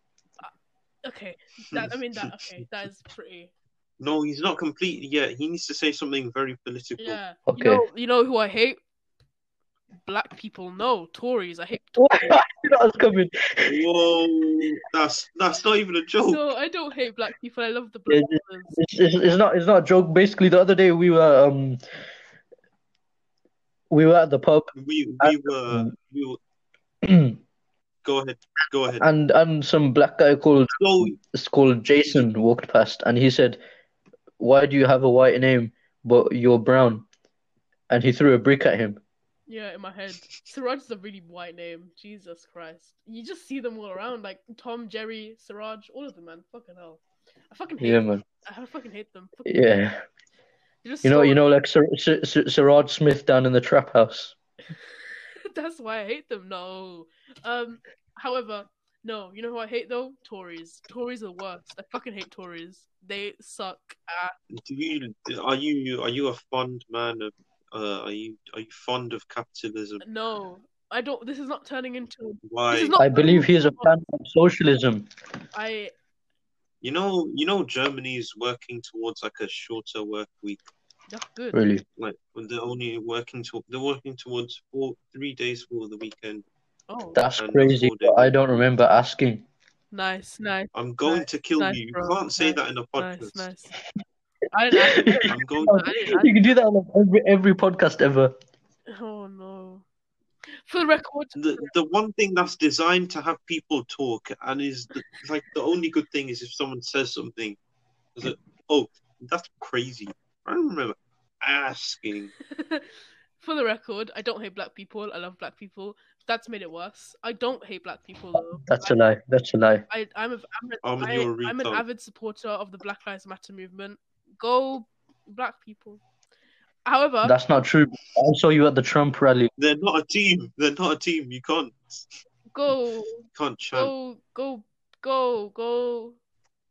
Speaker 3: Okay, that I mean that. Okay, that is pretty.
Speaker 2: No, he's not complete yet. He needs to say something very political.
Speaker 3: Yeah.
Speaker 1: Okay.
Speaker 3: You know, you know who I hate? Black people. No, Tories. I hate.
Speaker 1: that was coming.
Speaker 2: Whoa, that's that's not even a joke.
Speaker 3: No, I don't hate black people. I love the black
Speaker 1: Yeah,
Speaker 3: ones.
Speaker 1: It's, it's, it's not it's not a joke. Basically, the other day we were um we were at the pub
Speaker 2: We we
Speaker 1: Uh,
Speaker 2: were we were,
Speaker 1: and
Speaker 2: go ahead go
Speaker 1: Uh,
Speaker 2: ahead.
Speaker 1: and some black guy called
Speaker 2: So
Speaker 1: it's called Jason walked past and he said, "Why do you have a white name but you're brown?" And he threw a brick at him.
Speaker 3: Yeah, in my head. Siraj is a really white name. Jesus Christ. You just see them all around, like Tom, Jerry, Siraj, all of them, man. Fucking hell. I fucking hate
Speaker 1: Yeah,
Speaker 3: them.
Speaker 1: man.
Speaker 3: I fucking hate them. Fuck-
Speaker 1: Yeah,
Speaker 3: They're just
Speaker 1: you know,
Speaker 3: so-
Speaker 1: you know, like Sir, Sir, Sir, Siraj Smith down in the trap house.
Speaker 3: That's why I hate them. No. Um. However, no. You know who I hate though? Tories. Tories are the worst. I fucking hate Tories. They suck. ass.
Speaker 2: do you are you are you a fond man of uh, are you are you fond of capitalism?
Speaker 3: no. I don't. This is not turning into. This
Speaker 2: Why
Speaker 3: is not.
Speaker 1: I believe he is a fan of socialism.
Speaker 3: I.
Speaker 2: you know you know Germany's working towards like a shorter work week.
Speaker 3: That's good.
Speaker 1: Really,
Speaker 2: Like they're only working to they're working towards four three days for the weekend.
Speaker 3: Oh.
Speaker 1: that's
Speaker 2: And
Speaker 1: crazy.
Speaker 2: affordable.
Speaker 1: But I don't remember asking.
Speaker 3: Nice. Nice.
Speaker 2: I'm going to kill
Speaker 3: nice,
Speaker 2: you. You
Speaker 3: bro.
Speaker 2: can't say that in a podcast.
Speaker 3: Nice. Nice. I, I,
Speaker 2: I'm going.
Speaker 3: I, I,
Speaker 1: You can do that on every every podcast ever.
Speaker 3: Oh no. For the record,
Speaker 2: the the one thing that's designed to have people talk and is the, like the only good thing is if someone says something, is it, oh that's crazy. I don't remember asking.
Speaker 3: for the record, I don't hate black people. I love black people. That's made it worse. I don't hate black people though.
Speaker 1: That's
Speaker 3: I,
Speaker 1: a lie. That's a lie.
Speaker 3: I, I'm, a, I'm, a,
Speaker 2: I'm
Speaker 3: I,
Speaker 2: your
Speaker 3: I'm an
Speaker 2: retard.
Speaker 3: avid supporter of the Black Lives Matter movement. Go black people. However,
Speaker 1: That's not true. I saw you at the Trump rally.
Speaker 2: They're not a team. They're not a team. You can't
Speaker 3: go Oh,
Speaker 2: can't chant.
Speaker 3: go go go go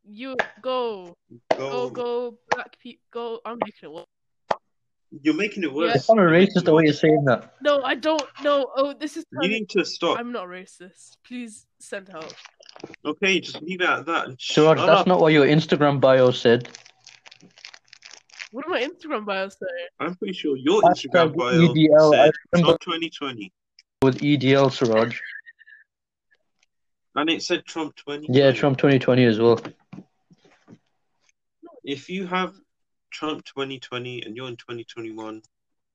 Speaker 3: you go
Speaker 2: Go,
Speaker 3: go go black people go I'm making it work.
Speaker 2: You're making it worse.
Speaker 1: It's kind of racist the way you're saying that.
Speaker 3: No, I don't no oh this is
Speaker 2: You need to stop.
Speaker 3: I'm not racist. Please send help.
Speaker 2: Okay, just leave it at that. and
Speaker 1: Siraj,
Speaker 2: shut
Speaker 1: that's
Speaker 2: up.
Speaker 1: not what your Instagram bio said.
Speaker 3: What do my Instagram bio say?
Speaker 2: I'm pretty sure your
Speaker 1: Hashtag
Speaker 2: Instagram bio
Speaker 1: EDL. E I
Speaker 2: said
Speaker 1: remember
Speaker 2: Trump 2020,
Speaker 1: with E EDL, Siraj.
Speaker 2: and it said Trump 2020.
Speaker 1: Yeah, Trump 2020 as well.
Speaker 2: If you have Trump 2020 and you're in 2021,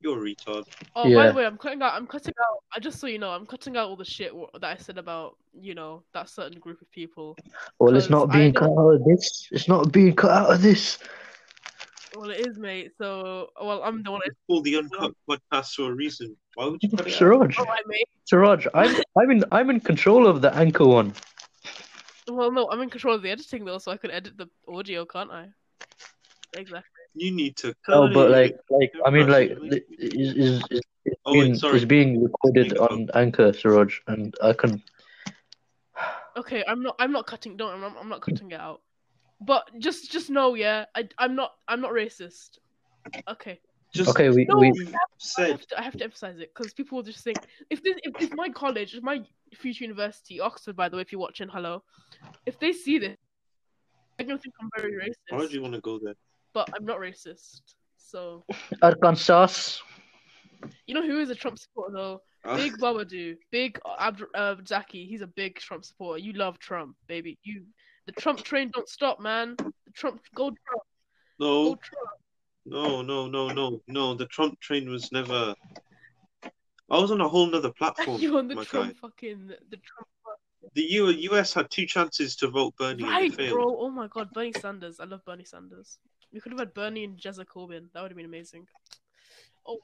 Speaker 2: you're a retard.
Speaker 3: Oh, by
Speaker 1: Yeah.
Speaker 3: the way, I'm cutting out. I'm cutting out. I just so you know, I'm cutting out all the shit wh- that I said about you know that certain group of people.
Speaker 1: Well, it's
Speaker 3: Because
Speaker 1: not
Speaker 3: I
Speaker 1: being cut
Speaker 3: don't-
Speaker 1: out of this. It's not being cut out of this.
Speaker 3: Well, it is, mate. So, well, I'm the one.
Speaker 2: It's called the Uncut Podcast for a reason. Why would you put it out?
Speaker 1: Siraj,
Speaker 3: Oh, I mate.
Speaker 1: Siraj, I'm, I'm in, I'm in control of the anchor one.
Speaker 3: Well, no, I'm in control of the editing though, so I can edit the audio, can't I? Exactly.
Speaker 2: You need to cut
Speaker 1: No, Oh, but like,
Speaker 2: it.
Speaker 1: like, I mean, like,
Speaker 2: Depression.
Speaker 1: is is is
Speaker 2: Oh, wait,
Speaker 1: being,
Speaker 2: sorry.
Speaker 1: is being recorded
Speaker 2: Anchor.
Speaker 1: on anchor, Siraj, and I can.
Speaker 3: Okay, I'm not. I'm not cutting. Don't. I'm not, I'm not cutting it out. But just, just know, yeah. I, I'm not. I'm not racist. Okay.
Speaker 2: just
Speaker 1: Okay, we
Speaker 3: No,
Speaker 1: we
Speaker 2: you
Speaker 3: I
Speaker 2: said
Speaker 3: have to, I have to emphasize it because people will just think if this, if, if my college, if my future university, Oxford, by the way, if you're watching, hello, if they see this, they're gonna think I'm very
Speaker 2: why do
Speaker 3: racist.
Speaker 2: you want to go there?
Speaker 3: But I'm not racist. So
Speaker 1: Arkansas.
Speaker 3: you know who is a Trump supporter though?
Speaker 2: Ah,
Speaker 3: Big Babadu, Big Abd uh, Zaki. He's a big Trump supporter. You love Trump, baby. You the Trump train don't stop, man. The Trump go Trump, go
Speaker 2: no,
Speaker 3: Trump.
Speaker 2: no, no, no, no, no. The Trump train was never. I was on a whole nother platform.
Speaker 3: You're on the
Speaker 2: my
Speaker 3: Trump
Speaker 2: guy.
Speaker 3: fucking the Trump.
Speaker 2: The U- US had two chances to vote Bernie and
Speaker 3: Right,
Speaker 2: it failed.
Speaker 3: bro. Oh my god, Bernie Sanders. I love Bernie Sanders. We could have had Bernie and Jezza Corbyn. That would have been amazing. Oh,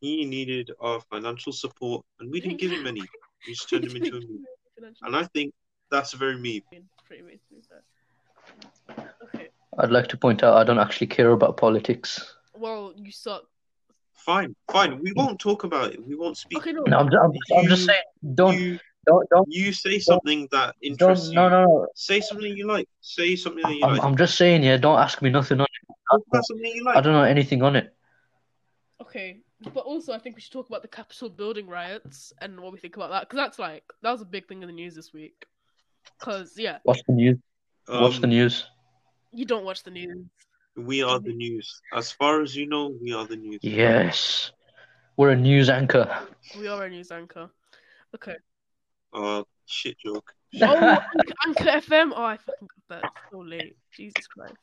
Speaker 2: He needed our financial support, and we didn't give him any. We just turned him into a meme. And I think that's very mean.
Speaker 3: pretty amazing. but- Okay.
Speaker 1: I'd like to point out I don't actually care about politics.
Speaker 3: Well, you suck.
Speaker 2: Fine, fine. We won't talk about it. We won't speak.
Speaker 3: Okay, no.
Speaker 1: No, I'm, I'm, I'm just
Speaker 2: You-
Speaker 1: saying, don't,
Speaker 2: You,
Speaker 1: don't, don't,
Speaker 2: you say something that
Speaker 1: don't,
Speaker 2: interests
Speaker 1: no,
Speaker 2: you.
Speaker 1: no, no.
Speaker 2: Say something you like. Say something that you
Speaker 1: I'm,
Speaker 2: like.
Speaker 1: I'm just saying, yeah, don't ask me nothing on
Speaker 2: Talk
Speaker 1: it.
Speaker 2: about something you
Speaker 1: I
Speaker 2: like.
Speaker 1: don't know anything on it.
Speaker 3: Okay, but also I think we should talk about the Capitol building riots and what we think about that because that's like that was a big thing in the news this week. Cause yeah,
Speaker 1: What's the news? What's
Speaker 2: Um,
Speaker 1: the news?
Speaker 3: you don't watch the news.
Speaker 2: We are the news. As far as you know, we are the news.
Speaker 1: Yes. We're a news anchor.
Speaker 3: We are a news anchor. Okay.
Speaker 2: Oh, shit joke.
Speaker 3: Oh, Anchor- Anchor FM. Oh, I fucking got that. It's so late. Jesus Christ.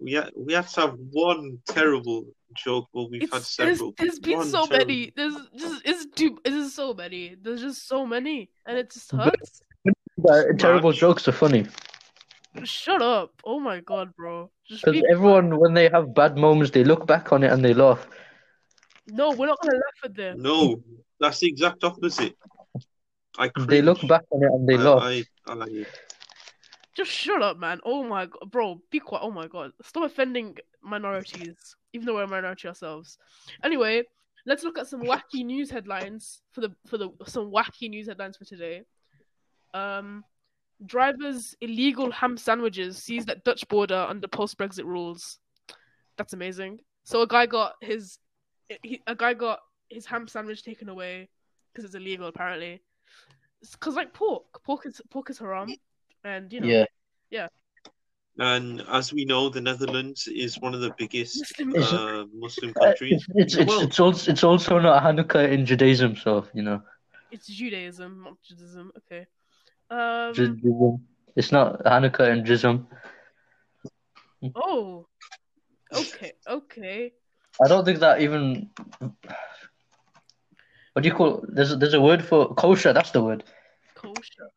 Speaker 2: We had, we had to have one terrible joke, but we've had
Speaker 3: It's, there's,
Speaker 2: several.
Speaker 3: there's been
Speaker 2: One
Speaker 3: so
Speaker 2: terrible-
Speaker 3: many. There's just it's too. There's so many. There's just so many, and it just hurts.
Speaker 1: But Terrible
Speaker 2: Smash.
Speaker 1: jokes are funny.
Speaker 3: Shut up! Oh my god, bro. Just
Speaker 1: Because
Speaker 3: be-
Speaker 1: everyone, when they have bad moments, they look back on it and they laugh.
Speaker 3: No, we're not gonna laugh at them.
Speaker 2: No, that's the exact opposite. I
Speaker 1: They look
Speaker 2: cringe.
Speaker 1: back on it and they
Speaker 2: I-
Speaker 1: laugh.
Speaker 2: I, I,
Speaker 3: Just shut up, man. Oh my god, bro, be quiet. Oh my god, stop offending minorities, even though we're a minority ourselves. Anyway, let's look at some wacky news headlines for the for the some wacky news headlines for today. Um, drivers illegal ham sandwiches seized at Dutch border under post Brexit rules. That's amazing. So a guy got his he, a guy got his ham sandwich taken away because it's illegal apparently. Because like pork, pork is pork is haram, and you know.
Speaker 1: Yeah.
Speaker 2: And as we know, the Netherlands is one of the biggest
Speaker 3: Muslim-
Speaker 1: Is-
Speaker 2: uh, Muslim
Speaker 1: Uh, It's
Speaker 2: countries.
Speaker 1: it's
Speaker 2: in the
Speaker 1: it's,
Speaker 2: world.
Speaker 1: it's also it's also not Hanukkah in Judaism, so you know,
Speaker 3: It's Judaism, not Judaism. Okay. Um.
Speaker 1: Judaism. It's not Hanukkah in Judaism.
Speaker 3: Oh. Okay. Okay.
Speaker 1: I don't think that even. What do you call? There's there's a word for kosher. That's the word.
Speaker 3: Kosher.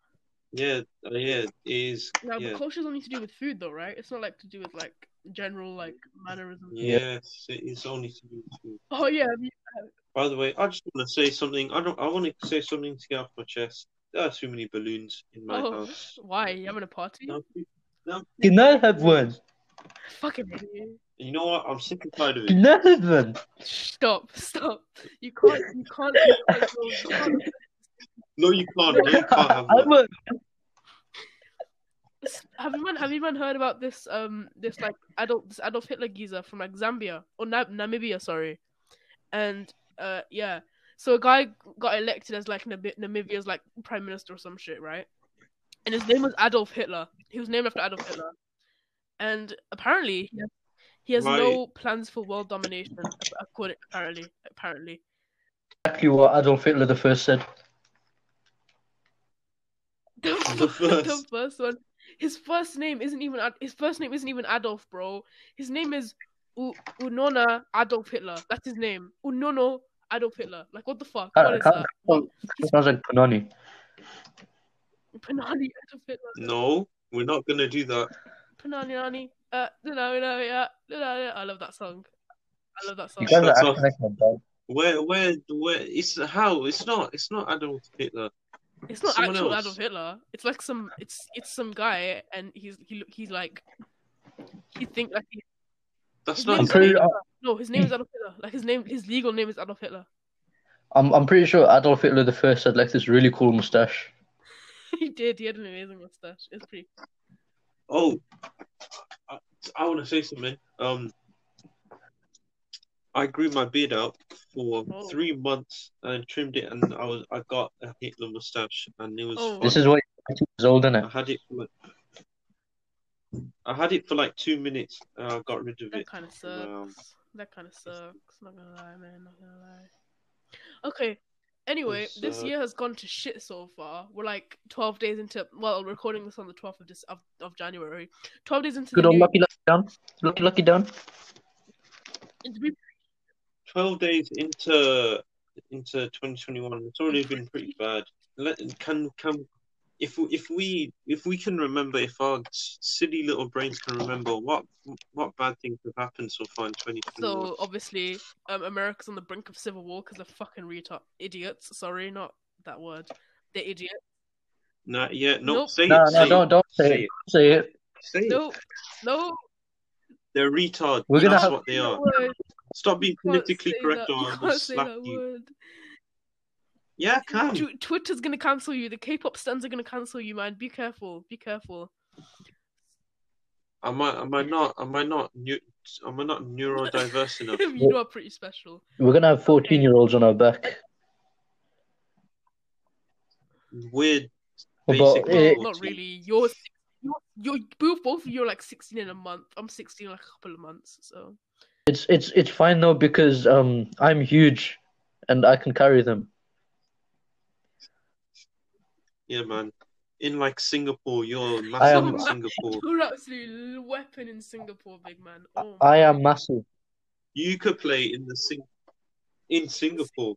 Speaker 2: Yeah, uh, yeah, it is
Speaker 3: Now,
Speaker 2: Yeah.
Speaker 3: but kosher's only to do with food, though, right? It's not like to do with like general like mannerisms.
Speaker 2: Yes, it is only season two.
Speaker 3: Oh yeah, have you-
Speaker 2: By the way, I just want to say something. I don't. I want to say something to get off my chest. There are too many balloons in my
Speaker 3: Oh.
Speaker 2: house.
Speaker 3: why you having a party?
Speaker 2: Now, now-
Speaker 1: Can I have one?
Speaker 3: Fucking idiot.
Speaker 2: you know what? I'm sick and tired of it.
Speaker 1: Can I have one?
Speaker 3: stop, stop. You can't, you can't. You can't, you can't
Speaker 2: No, you can't. No, you can't have
Speaker 1: I
Speaker 2: one.
Speaker 1: want
Speaker 3: have you man? Have you man heard about this? Um, this like adult, this Adolf Hitler geezer from like Zambia or Na- Namibia, sorry. And uh, yeah. So a guy got elected as like Nami- Namibia's like prime minister or some shit, right? And his name was Adolf Hitler. He was named after Adolf Hitler. And apparently, he has, he has no plans for world domination. According, apparently, apparently.
Speaker 1: exactly what Adolf Hitler the first said.
Speaker 3: The, f-
Speaker 2: The
Speaker 3: the
Speaker 2: first.
Speaker 3: first. one. His first name isn't even Ad- his first name isn't even Adolf, bro. His name is U- Unona Adolf Hitler. That's his name. Unono Adolf Hitler. Like what the fuck?
Speaker 1: I
Speaker 3: What
Speaker 1: don't-
Speaker 3: is that?
Speaker 1: oh, sounds like Panani.
Speaker 3: Panani Adolf Hitler.
Speaker 2: No, we're not gonna do that.
Speaker 3: Panani Nani. Uh, no, no, yeah, no, no. I love that song. I love that song.
Speaker 1: You guys are
Speaker 2: That's
Speaker 1: acting like my dad.
Speaker 2: Where, where, where? It's how? It's not. It's not Adolf Hitler.
Speaker 3: It's not
Speaker 2: Someone
Speaker 3: actual
Speaker 2: else.
Speaker 3: Adolf Hitler. It's like some. It's it's some guy, and he's he look- he's like. He think like he,
Speaker 2: That's
Speaker 3: his
Speaker 2: not.
Speaker 3: name
Speaker 1: I'm
Speaker 3: is
Speaker 2: His
Speaker 1: pretty-
Speaker 3: Adolf Hitler. No, his name is Adolf Hitler. Like his name, his legal name is Adolf Hitler.
Speaker 1: I'm I'm pretty sure Adolf Hitler the first had like this really cool mustache.
Speaker 3: he did. He had an amazing mustache. It's pretty.
Speaker 2: Oh, I, I want to say something. Um, I grew my beard out for
Speaker 3: Oh.
Speaker 2: three months and trimmed it, and I was I got a Hitler mustache, and it was.
Speaker 3: Oh.
Speaker 2: fun.
Speaker 1: This is what he's old, isn't
Speaker 2: I
Speaker 1: it?
Speaker 2: had it for like, I had it for like two minutes. And I got rid of
Speaker 3: That
Speaker 2: it.
Speaker 3: kind of sucks.
Speaker 2: Wow.
Speaker 3: That kind of sucks. Not gonna lie, man. Not gonna lie. Okay. Anyway,
Speaker 2: It
Speaker 3: this
Speaker 2: sucks.
Speaker 3: year has gone to shit so far. We're like twelve days into. Well, we're recording this on the twelfth of, Dec- of of January. Twelve days into
Speaker 1: Good
Speaker 3: the
Speaker 1: old
Speaker 3: new.
Speaker 1: lucky lucky down. Lucky lucky down.
Speaker 3: It's been-
Speaker 2: Twelve days into into 2021, it's already been pretty bad. Let, can can if we- if we if we can remember, if our silly little brains can remember what what bad things have happened so far in 2021.
Speaker 3: So obviously, um, America's on the brink of civil war because they're fucking retard idiots. Sorry, not that word. They're idiots.
Speaker 2: nah, yeah, no,
Speaker 3: Nope.
Speaker 2: say
Speaker 1: No,
Speaker 2: it,
Speaker 1: no,
Speaker 2: say
Speaker 1: don't
Speaker 2: it,
Speaker 1: don't say
Speaker 2: say
Speaker 1: it. Say it.
Speaker 2: say it.
Speaker 3: No, no.
Speaker 2: They're retard.
Speaker 1: We're gonna
Speaker 2: That's
Speaker 1: have-
Speaker 2: what they
Speaker 3: that
Speaker 2: are.
Speaker 3: word.
Speaker 2: Stop being
Speaker 3: Can't
Speaker 2: politically
Speaker 3: say
Speaker 2: correct,
Speaker 3: that-
Speaker 2: or I
Speaker 3: can't
Speaker 2: will
Speaker 3: say
Speaker 2: slap
Speaker 3: that
Speaker 2: you.
Speaker 3: word.
Speaker 2: Yeah, I can.
Speaker 3: Tw- Twitter's gonna cancel you. The K-pop stands are gonna cancel you, man. Be careful. Be careful.
Speaker 2: Am I am I not am I not new am I not neurodiverse enough?
Speaker 3: you are pretty special.
Speaker 1: We're gonna have fourteen year olds on our back.
Speaker 2: Weird.
Speaker 1: But
Speaker 2: Basically.
Speaker 1: eh,
Speaker 3: Well, not really. You're, you're, you're both, both of you are like 16 in a month. I'm 16 in like a couple of months. So
Speaker 1: it's it's it's fine though because um I'm huge, and I can carry them.
Speaker 2: Yeah, man. In like Singapore, you're massive
Speaker 1: am-
Speaker 2: in Singapore.
Speaker 3: you're an absolute weapon in Singapore, big man. Oh,
Speaker 1: I am massive.
Speaker 2: You could play in the Sing in Singapore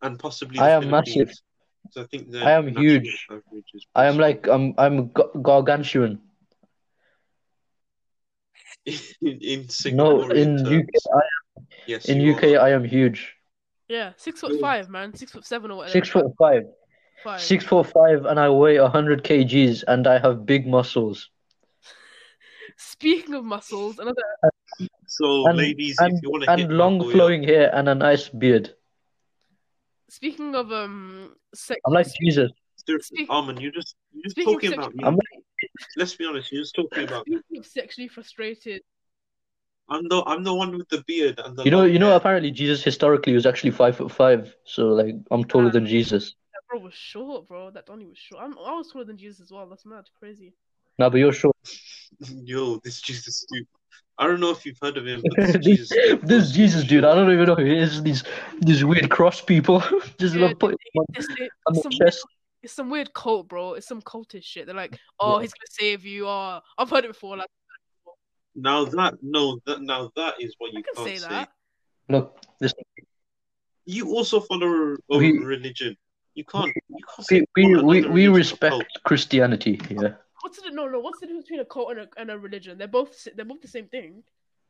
Speaker 2: and possibly the
Speaker 1: I am
Speaker 2: Philippines.
Speaker 1: massive.
Speaker 2: So I think the
Speaker 1: I am
Speaker 2: national
Speaker 1: huge.
Speaker 2: average is
Speaker 1: I am like I'm I'm ga- gargantuan.
Speaker 2: in, in
Speaker 1: No,
Speaker 2: Singapore.
Speaker 1: in UK, I,
Speaker 2: yes,
Speaker 1: in uh,
Speaker 2: you
Speaker 1: UK
Speaker 2: are.
Speaker 1: I am huge.
Speaker 3: yeah, six foot five, man. Six foot seven or whatever.
Speaker 1: Six foot five,
Speaker 3: five.
Speaker 1: six foot five, and I weigh hundred kgs, and I have big muscles.
Speaker 3: Speaking of muscles, another
Speaker 2: So,
Speaker 1: And-
Speaker 2: ladies,
Speaker 1: and-
Speaker 2: if you want to hit
Speaker 1: And
Speaker 2: my
Speaker 1: long
Speaker 2: boy up,
Speaker 1: flowing hair and a nice beard.
Speaker 3: speaking of um sex.
Speaker 1: I'm like Jesus.
Speaker 2: seriously,
Speaker 3: speak-
Speaker 2: Armin, you're just you're just
Speaker 3: speaking of
Speaker 2: talking
Speaker 3: sex-
Speaker 2: about me.
Speaker 1: I'm
Speaker 2: Let's be honest, you're just talking about. me.
Speaker 3: Speaking of sexually frustrated,
Speaker 2: I'm the I'm the one with the beard and the
Speaker 1: You know,
Speaker 2: long
Speaker 1: you know.
Speaker 2: hair.
Speaker 1: Apparently, Jesus historically was actually five foot five, so like I'm taller than Jesus.
Speaker 3: that bro was short, bro. That Donnie was short. I'm, I was taller than Jesus as well. That's mad, crazy.
Speaker 1: Now, but you're short.
Speaker 2: Yo, this Jesus dude. I don't know if you've heard of him, but this Jesus
Speaker 1: this,
Speaker 2: dude
Speaker 1: this
Speaker 2: was
Speaker 1: Jesus dude, I don't even know who he is. These these weird cross people just
Speaker 3: Yeah,
Speaker 1: love putting him on,
Speaker 3: It's, it-
Speaker 1: on
Speaker 3: some
Speaker 1: the chest.
Speaker 3: it's some weird cult, bro. It's some cultish shit. They're like,
Speaker 1: Yeah.
Speaker 3: oh, he's gonna save you. Oh, I've heard it before. Like,
Speaker 2: Now that no, that now that is what you
Speaker 3: I can
Speaker 1: Oh,
Speaker 2: can't
Speaker 3: say that.
Speaker 1: Look, this
Speaker 2: You also follow a a
Speaker 1: We-
Speaker 2: religion. You can't. You can't say
Speaker 1: we we
Speaker 2: follow
Speaker 1: we,
Speaker 2: another
Speaker 1: we
Speaker 2: religion.
Speaker 1: respect
Speaker 2: Oh,
Speaker 1: Christianity here.
Speaker 3: What what's the no no? What's the difference between a cult and a, and a religion? They're both s- they're both the same thing.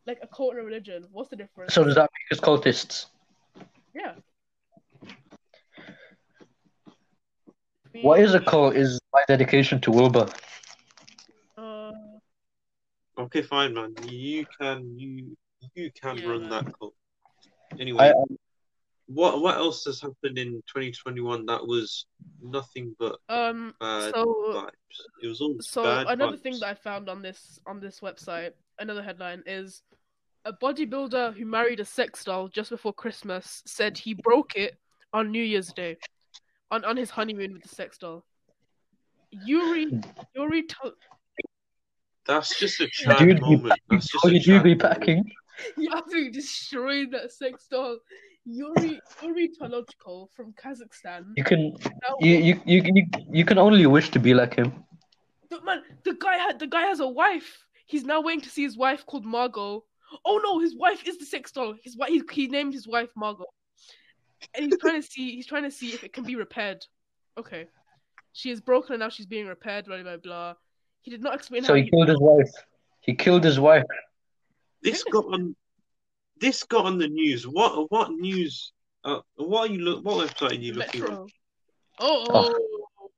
Speaker 3: Like a cult and a religion. What's the difference?
Speaker 1: So does that make us cultists?
Speaker 3: yeah.
Speaker 1: What is a cult is my dedication to Wilbur.
Speaker 3: Uh,
Speaker 2: Okay, fine, man. You can you you can
Speaker 3: Yeah,
Speaker 2: run
Speaker 3: man.
Speaker 2: that cult. Anyway,
Speaker 1: I,
Speaker 2: what what else has happened in 2021 that was nothing but
Speaker 3: um.
Speaker 2: bad
Speaker 3: so
Speaker 2: vibes? It was all
Speaker 3: So
Speaker 2: bad
Speaker 3: another
Speaker 2: vibes.
Speaker 3: thing that I found on this on this website, another headline is a bodybuilder who married a sex doll just before Christmas said he broke it on New Year's Day, on on his honeymoon with the sex doll. Yuri, Yuri, to-
Speaker 2: That's just a Chad
Speaker 1: Dude, you
Speaker 2: moment. That's just
Speaker 1: oh,
Speaker 2: a
Speaker 1: you do
Speaker 2: Chad
Speaker 1: be
Speaker 2: moment.
Speaker 1: packing.
Speaker 3: you absolutely destroyed that sex doll. Yuri, Yuri Tolochko from Kazakhstan.
Speaker 1: You can
Speaker 3: Now-
Speaker 1: you, you you you you can only wish to be like him.
Speaker 3: the man, the guy had the guy has a wife. He's now waiting to see his wife called Margot. Oh no, his wife is the sex doll. His wife, he, he named his wife Margot, and he's trying to see he's trying to see if it can be repaired. Okay, she is broken and now she's being repaired. Blah blah blah. He did not explain
Speaker 1: So
Speaker 3: how
Speaker 1: he killed his wife. He killed his wife.
Speaker 2: This got on. This got on the news. What what news? Uh, what are you look? What website are you looking on?
Speaker 3: Metro. Oh, oh,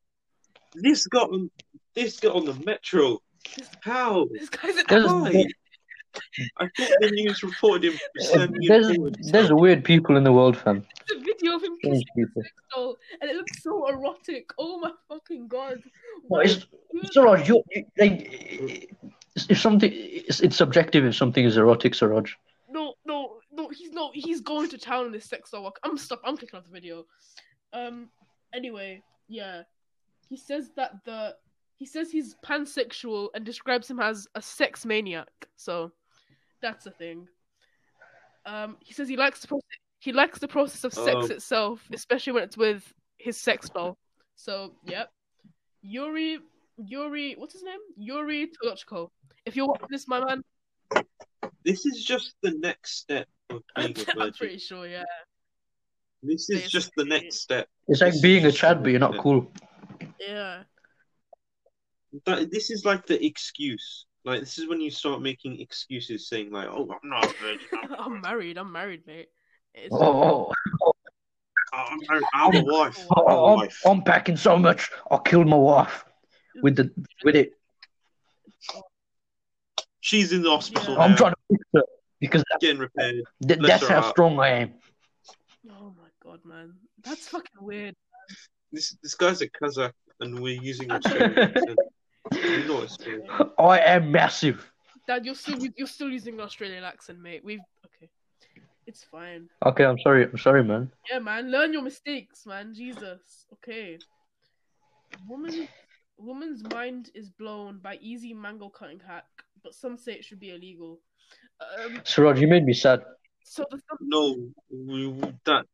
Speaker 2: This got on. This got on the Metro. How?
Speaker 3: this guy's an
Speaker 1: There's
Speaker 2: Why? I thought the news reported him
Speaker 1: there's there's weird people in the world, fam.
Speaker 3: a video of him kissing
Speaker 1: Strange people.
Speaker 3: a doll, and it looks so erotic. Oh my fucking god!
Speaker 1: No, it's
Speaker 3: Good.
Speaker 1: Siraj, you you- like if something it's, it's subjective if something is erotic, Siraj.
Speaker 3: No, no, no. He's not. He's going to town on this sex doll walk. I'm stop. I'm clicking off the video. Um. Anyway, yeah. He says that the he says he's pansexual and describes him as a sex maniac. So that's a thing. Um. He says he likes the process. He likes the process of sex
Speaker 2: Oh.
Speaker 3: itself, especially when it's with his sex doll. So yep. Yuri Yuri, what's his name? Yuri Tolochko. If you're watching this, my man,
Speaker 2: This is just the next step of
Speaker 3: I'm,
Speaker 2: being a
Speaker 3: I'm
Speaker 2: virgin.
Speaker 3: pretty sure. Yeah.
Speaker 2: This is just the
Speaker 3: basically-
Speaker 2: next step.
Speaker 1: It's like being a Chad, but you're not cool.
Speaker 3: Yeah.
Speaker 2: That this is like the excuse. Like this is when you start making excuses, saying like, "Oh, I'm not a virgin. I'm,
Speaker 3: I'm married. I'm married, mate. It's
Speaker 1: Oh, oh,
Speaker 2: I'm, I'm, I'm a wife.
Speaker 1: oh,
Speaker 2: I'm a
Speaker 1: oh, I'm,
Speaker 2: wife."
Speaker 1: I'm packing so much. I killed my wife with the with it.
Speaker 2: She's in the hospital.
Speaker 3: Yeah.
Speaker 2: now,
Speaker 1: I'm trying to fix it because that,
Speaker 2: getting repaired.
Speaker 1: that-
Speaker 2: Bless
Speaker 1: that's
Speaker 2: her
Speaker 1: how
Speaker 2: heart.
Speaker 1: strong I am.
Speaker 3: Oh my god, man. That's fucking weird.
Speaker 2: This this guy's a Kazakh, and we're using Australian accent. You know it's good.
Speaker 1: I am massive.
Speaker 3: Dad, you're still you're still using an Australian accent, mate. We've okay. It's fine.
Speaker 1: Okay, I'm sorry. I'm sorry, man.
Speaker 3: Yeah, man. Learn your mistakes, man. Jesus. Okay. Woman, woman's mind is blown by easy mango cutting hack, but some say it should be illegal. Um.
Speaker 1: Siraj, you made me sad.
Speaker 3: So the thumb,
Speaker 2: No, we, we- that.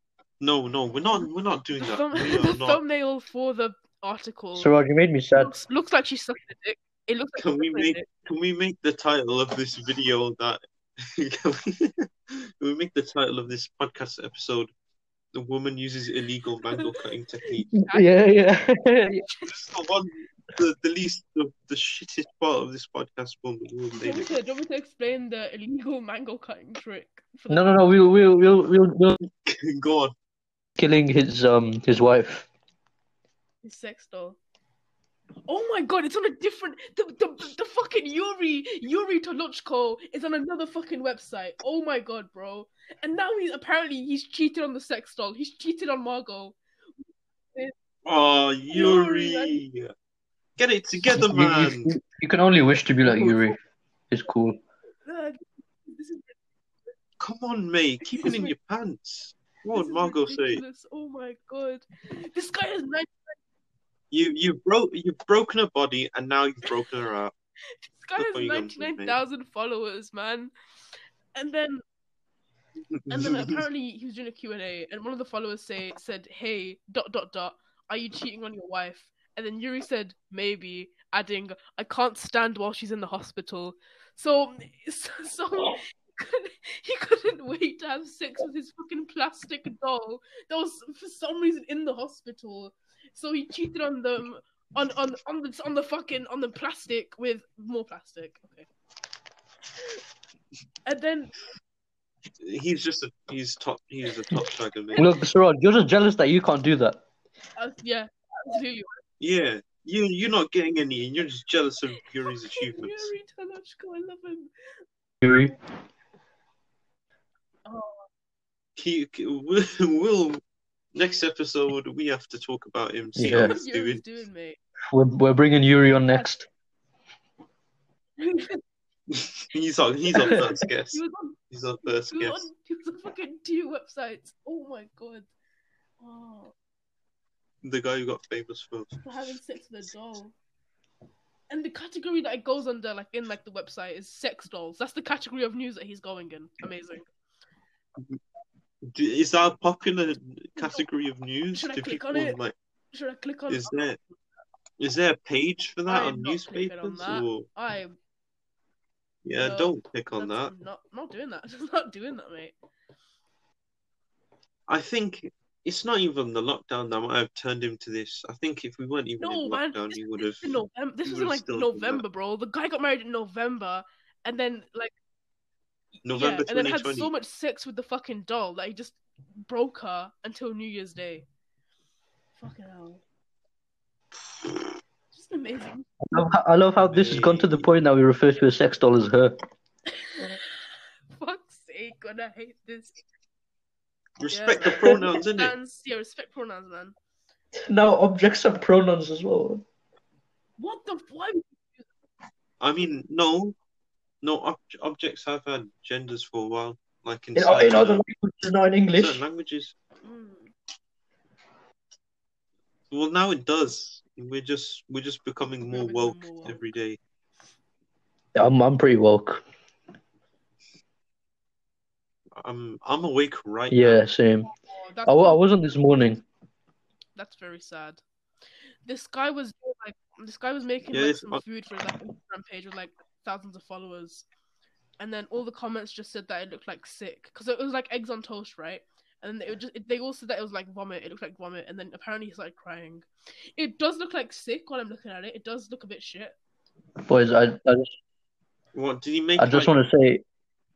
Speaker 2: No, no, we're not. We're not doing
Speaker 3: the,
Speaker 2: that.
Speaker 3: thumb,
Speaker 2: We
Speaker 3: the
Speaker 2: are not.
Speaker 3: thumbnail for the article
Speaker 1: Siraj, you made me sad.
Speaker 3: looks, looks like she sucked a dick. It looks like
Speaker 2: Can we
Speaker 3: she sucked a
Speaker 2: make-
Speaker 3: dick.
Speaker 2: Can we make the title of this video that? Can we, can we make the title of this podcast episode? The woman uses illegal mango cutting technique.
Speaker 1: Yeah, yeah.
Speaker 2: This is the one, the, the least, the, the shittest part of this podcast. When we will
Speaker 3: Do
Speaker 2: name
Speaker 3: you, want
Speaker 2: it.
Speaker 3: me to, do you want me to explain the illegal mango cutting trick? For the-
Speaker 1: no, no, no. We'll we'll we'll we'll, we'll
Speaker 2: Go on.
Speaker 1: killing his um his wife.
Speaker 3: His sex doll. Oh my god, it's on a different. The, the, the fucking Yuri, Yuri Tolochko is on another fucking website. Oh my god, bro. And now he's apparently he's cheated on the sex doll. He's cheated on Margot.
Speaker 2: Oh,
Speaker 3: Yuri.
Speaker 2: Yuri. Get it together,
Speaker 1: You-
Speaker 2: man.
Speaker 1: You, you, you can only wish to be like Yuri. It's cool.
Speaker 3: Ugh, This is,
Speaker 2: Come on, mate. Keep it in your pants. What
Speaker 3: this
Speaker 2: would
Speaker 3: is
Speaker 2: Margot say?
Speaker 3: ridiculous. Oh my god. This guy is nine.
Speaker 2: You you broke you've broken her body and now you've broken her out.
Speaker 3: This guy
Speaker 2: Before
Speaker 3: has
Speaker 2: you go on to the main.
Speaker 3: 99,000 followers, man. And then And then apparently he was doing a Q&A and one of the followers say said, "Hey, dot dot dot, are you cheating on your wife?" And then Yuri said, "Maybe," adding, "I can't stand while she's in the hospital." So so, so he, couldn't, he couldn't wait to have sex with his fucking plastic doll that was for some reason in the hospital. So he cheated on them on on on the on the fucking on the plastic with more plastic. Okay. And then
Speaker 2: He's just a he's top he's a top shagger mate.
Speaker 1: Look, Siraj, you're just jealous that you can't do that.
Speaker 3: uh, yeah, absolutely.
Speaker 2: Yeah, you you're not getting any, and you're just jealous of Yuri's achievements.
Speaker 3: Yuri Tanochko, I love him.
Speaker 1: Yuri.
Speaker 3: Oh,
Speaker 2: He, will, next episode we have to talk about him, see
Speaker 1: Yeah.
Speaker 2: how he's doing.
Speaker 3: Yuri's doing, mate.
Speaker 1: We're, we're bringing Yuri on next.
Speaker 2: He's on he's on first guess.
Speaker 3: he was on
Speaker 2: He's on first
Speaker 3: two
Speaker 2: guess.
Speaker 3: on, he was on fucking two websites. Oh my god. Oh,
Speaker 2: The guy who got famous for
Speaker 3: for having sex with a doll. And the category that it goes under, like in like the website, is sex dolls. That's the category of news that he's going in. Amazing.
Speaker 2: Do- is that a popular category of news?
Speaker 3: Should I
Speaker 2: Do
Speaker 3: click
Speaker 2: people
Speaker 3: on it?
Speaker 2: like
Speaker 3: Should I click on?
Speaker 2: is there is there a page for that
Speaker 3: I am
Speaker 2: on
Speaker 3: not clicking
Speaker 2: newspapers
Speaker 3: on that.
Speaker 2: or
Speaker 3: I
Speaker 2: yeah,
Speaker 3: No,
Speaker 2: don't click on that.
Speaker 3: that's Not not doing that. not doing that, mate.
Speaker 2: I think it's not even the lockdown that might have turned him to this. I think if we weren't even
Speaker 3: No,
Speaker 2: in
Speaker 3: man,
Speaker 2: lockdown, he would have.
Speaker 3: In November. This
Speaker 2: You
Speaker 3: was
Speaker 2: would've
Speaker 3: in like
Speaker 2: still done
Speaker 3: November, bro. The guy got married in November, and then like
Speaker 2: November
Speaker 3: yeah, and then had
Speaker 2: 2020.
Speaker 3: so much sex with the fucking doll that he just broke her until New Year's Day. Fucking hell. Just amazing.
Speaker 1: I love how, I love how this has gone to the point that we refer to a sex doll as her.
Speaker 3: Fuck's sake, God, I hate this.
Speaker 2: Respect
Speaker 3: Yeah.
Speaker 2: the pronouns, innit?
Speaker 3: Pronouns, yeah, respect pronouns, man.
Speaker 1: Now objects and pronouns as well.
Speaker 3: What the? Why?
Speaker 2: I mean, no, no ob- objects have had genders for a while, like in,
Speaker 1: In,
Speaker 2: certain,
Speaker 1: in other
Speaker 2: uh,
Speaker 1: languages, not in
Speaker 2: certain
Speaker 1: English.
Speaker 2: languages.
Speaker 3: Mm.
Speaker 2: Well, now it does. We're just we're just becoming more
Speaker 3: Becoming
Speaker 2: woke
Speaker 3: more woke.
Speaker 2: every day.
Speaker 1: I'm, I'm pretty woke.
Speaker 2: I'm I'm awake right now.
Speaker 1: Yeah, same.
Speaker 3: Oh, that's,
Speaker 1: I, wa- I wasn't this morning.
Speaker 3: that's very sad. This guy was doing, like, this guy was making
Speaker 2: Yeah,
Speaker 3: like,
Speaker 2: it's-
Speaker 3: some food for his like, Instagram page with like thousands of followers, and then all the comments just said that it looked like sick because it was like eggs on toast, right? And then it would just it, they all said that it was like vomit. It looked like vomit, and then apparently he started crying. It does look like sick while I'm looking at it. It does look a bit shit.
Speaker 1: Boys, I, I just,
Speaker 2: What did he make?
Speaker 1: I just
Speaker 2: like,
Speaker 1: want to say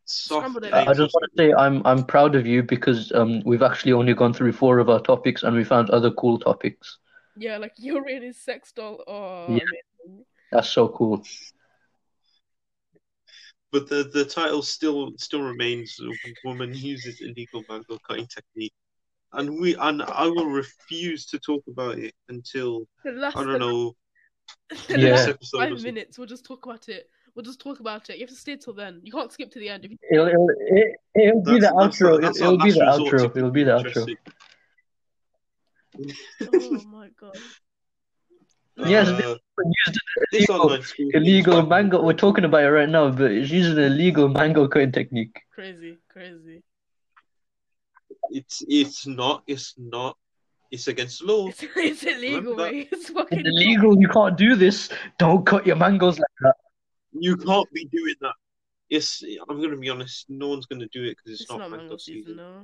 Speaker 2: soft
Speaker 3: Scrambled
Speaker 1: I
Speaker 2: eggs
Speaker 1: I
Speaker 2: or
Speaker 1: just want to say I'm I'm proud of you because um we've actually only gone through four of our topics and we found other cool topics.
Speaker 3: Yeah, like Yuri and his sex doll. Oh,
Speaker 1: Yeah.
Speaker 3: amazing.
Speaker 1: That's so cool.
Speaker 2: But the, the title still still remains woman uses illegal mango cutting technique. And we and I will refuse to talk about it until
Speaker 3: The last,
Speaker 2: I don't know
Speaker 3: the
Speaker 1: Yeah.
Speaker 2: next
Speaker 3: last
Speaker 2: episode. or
Speaker 3: five
Speaker 2: something.
Speaker 3: minutes, we'll just talk about it. We'll just talk about it. You have to stay till then. You can't skip to the end. If you...
Speaker 1: It'll it'll, it, it'll be the
Speaker 2: That's- that's
Speaker 1: outro.
Speaker 2: our- that's
Speaker 1: it'll
Speaker 2: our
Speaker 1: be the
Speaker 2: last resort
Speaker 1: outro.
Speaker 2: to
Speaker 1: It'll be the outro.
Speaker 2: Interesting.
Speaker 3: Oh my god.
Speaker 1: Yes,
Speaker 2: Uh,
Speaker 1: Used
Speaker 2: this
Speaker 1: illegal-
Speaker 2: online school thing is
Speaker 1: illegal
Speaker 2: fucking-
Speaker 1: mango. We're talking about it right now, but it's using an illegal mango cutting technique.
Speaker 3: Crazy, crazy.
Speaker 2: It's it's not it's not it's against the law.
Speaker 3: It's, it's illegal,
Speaker 2: Remember that-
Speaker 3: mate. It's fucking
Speaker 1: It's illegal. You can't do this. Don't cut your mangoes like that.
Speaker 2: You can't be doing that. It's I'm gonna be honest. No one's gonna do it because it's,
Speaker 3: It's not mango season,
Speaker 2: season.
Speaker 3: no.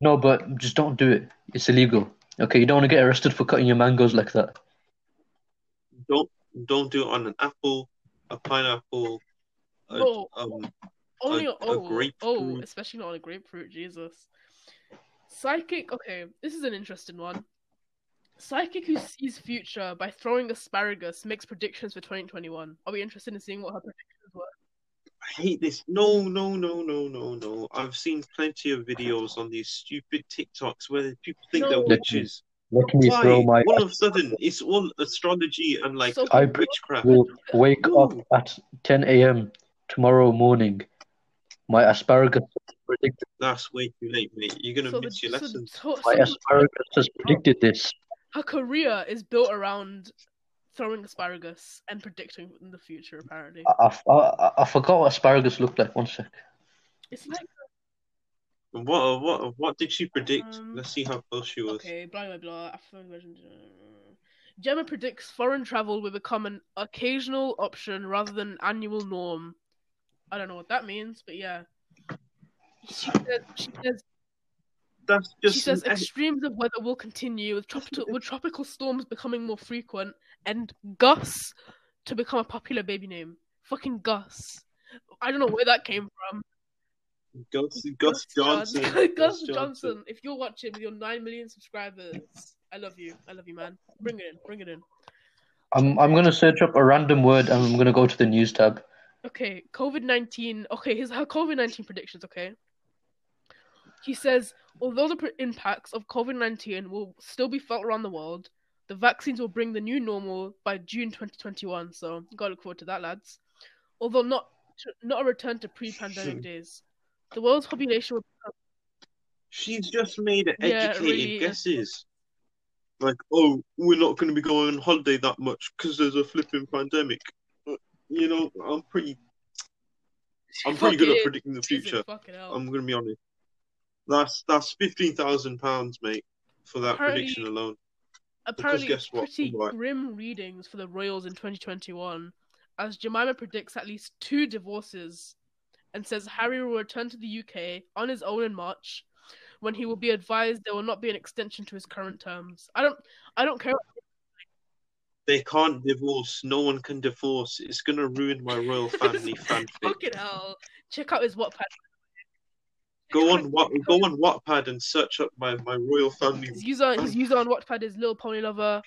Speaker 1: No, but just don't do it. It's illegal. Okay, you don't want to get arrested for cutting your mangoes like that.
Speaker 2: Don't don't do it on an apple, a pineapple, a,
Speaker 3: Bro.
Speaker 2: um,
Speaker 3: Oh, Only
Speaker 2: A-
Speaker 3: a,
Speaker 2: a
Speaker 3: oh, oh,
Speaker 2: grapefruit.
Speaker 3: especially not on a grapefruit. Jesus. Psychic. Okay, this is an interesting one. Psychic who sees future by throwing asparagus makes predictions for 2021. Are we interested in seeing what her predictions were?
Speaker 2: I hate this. No, no, no, no, no, no. I've seen plenty of videos on these stupid TikToks where people think
Speaker 3: No.
Speaker 2: they're witches.
Speaker 1: Let me
Speaker 2: Why?
Speaker 1: throw my.
Speaker 2: All of a sudden, it's all astrology and like
Speaker 3: So-
Speaker 1: I
Speaker 2: witchcraft.
Speaker 1: will wake up
Speaker 2: No.
Speaker 1: at 10 a.m. tomorrow morning. My asparagus has predicted,
Speaker 2: That's way too late, mate. You're gonna
Speaker 3: So the,
Speaker 2: miss your
Speaker 3: so the
Speaker 2: lesson.
Speaker 3: to-
Speaker 1: my
Speaker 3: so
Speaker 1: asparagus has predicted this.
Speaker 3: her career is built around throwing asparagus and predicting in the future. Apparently,
Speaker 1: I, I, I, I forgot what asparagus looked like. One sec.
Speaker 3: it's like
Speaker 2: And What, what, what did she predict?
Speaker 3: Um,
Speaker 2: Let's see how close she was.
Speaker 3: Okay, blah blah blah. African version. Gemma predicts foreign travel will become an occasional option rather than annual norm. I don't know what that means, but yeah. She says, she says,
Speaker 2: That's
Speaker 3: she
Speaker 2: just
Speaker 3: says
Speaker 2: an-
Speaker 3: extremes of weather will continue with, tropical with tropical storms becoming more frequent and Gus to become a popular baby name. Fucking Gus. I don't know where that came from.
Speaker 2: Gus, Gus Johnson.
Speaker 3: Gus Johnson. If you're watching with your nine million subscribers, I love you. I love you, man. Bring it in. Bring it in.
Speaker 1: I'm I'm gonna search up a random word and I'm gonna go to the news tab.
Speaker 3: Okay, COVID 19. Okay, here's her COVID 19 predictions, okay? He says, although the pr- impacts of COVID 19 will still be felt around the world, the vaccines will bring the new normal by June 2021. So, gotta look forward to that, lads. Although not not a return to pre pandemic days, the world's population will.
Speaker 2: She's just made educated
Speaker 3: Yeah, really is.
Speaker 2: guesses. Like, oh, we're not going to be going on holiday that much because there's a flipping pandemic. But, You know, I'm pretty, I'm pretty good at
Speaker 3: Fucking-
Speaker 2: predicting the
Speaker 3: Jesus
Speaker 2: future.
Speaker 3: fucking hell.
Speaker 2: I'm going to be honest. That's that's fifteen thousand pounds, mate, for that
Speaker 3: Apparently-
Speaker 2: prediction alone.
Speaker 3: Apparently,
Speaker 2: guess
Speaker 3: it's
Speaker 2: what?
Speaker 3: pretty
Speaker 2: Right.
Speaker 3: grim readings for the Royals in 2021, as Jemima predicts at least two divorces and says Harry will return to the UK on his own in March when he will be advised there will not be an extension to his current terms. I don't I don't care.
Speaker 2: They can't divorce. No one can divorce. It's going to ruin my royal family fanfic.
Speaker 3: Fucking hell. Check out his Wattpad.
Speaker 2: Go on, what? Go on Wattpad and search up my, my royal family.
Speaker 3: His user his user on Wattpad is Little Pony Lover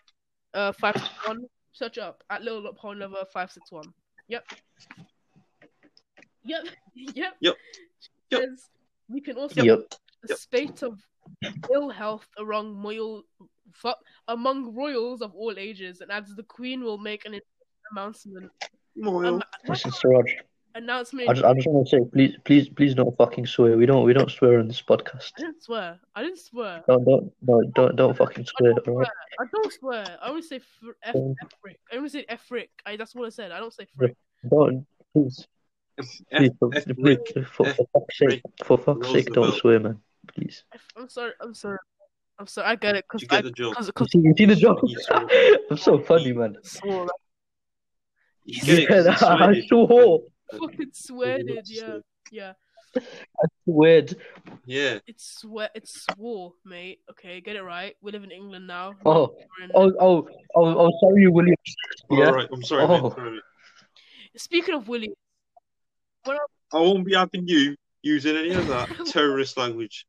Speaker 3: uh, 561. Search up at Little Pony Lover 561. Yep. Yep. Yep.
Speaker 2: Yep. Yep.
Speaker 3: Says, We can also
Speaker 1: Yep.
Speaker 3: the
Speaker 2: Yep.
Speaker 3: spate of ill health among royal fu- among royals of all ages, and adds the Queen will make an announcement.
Speaker 2: Royal.
Speaker 3: Um, what?
Speaker 1: Listen, Siraj,
Speaker 3: announcement.
Speaker 1: I just, I just want to say, please, please, please don't fucking swear. We don't, we don't swear on this podcast.
Speaker 3: I didn't swear. I didn't swear.
Speaker 1: Don't, don't, no, don't, don't fucking
Speaker 3: I
Speaker 1: swear.
Speaker 3: don't
Speaker 1: all
Speaker 3: swear.
Speaker 1: right?
Speaker 3: I don't swear. I only say fr- F-
Speaker 1: Um,
Speaker 3: frick. I only say F frick. I, that's what I said. I don't say frick.
Speaker 1: Don't, please,
Speaker 2: F-
Speaker 1: please, for,
Speaker 2: F-
Speaker 1: please, for, for fuck's sake, for fuck's sake, don't
Speaker 2: Roosevelt.
Speaker 1: swear, man. Please.
Speaker 3: F- I'm sorry. I'm sorry. I'm sorry. I get
Speaker 2: Did
Speaker 3: it because
Speaker 2: you
Speaker 3: I
Speaker 2: get the joke?
Speaker 3: because
Speaker 1: You see, you see the joke?
Speaker 2: You swore.
Speaker 1: I'm so funny, man.
Speaker 3: swore.
Speaker 2: You get it,
Speaker 1: Yeah,
Speaker 2: 'cause
Speaker 1: that,
Speaker 2: it's
Speaker 1: I
Speaker 2: Swedish.
Speaker 1: swore.
Speaker 3: I fucking swear did. Yeah. Yeah.
Speaker 1: Weird.
Speaker 2: Yeah.
Speaker 3: It's swear. It's swore, mate. Okay, get it right. We live in England now.
Speaker 1: Oh,
Speaker 3: We're in-
Speaker 1: oh, oh, oh, oh sorry, William. Yeah.
Speaker 2: All right. I'm sorry,
Speaker 1: Oh.
Speaker 2: man. Sorry.
Speaker 3: Speaking of William,
Speaker 2: I won't be having you using any of that terrorist language.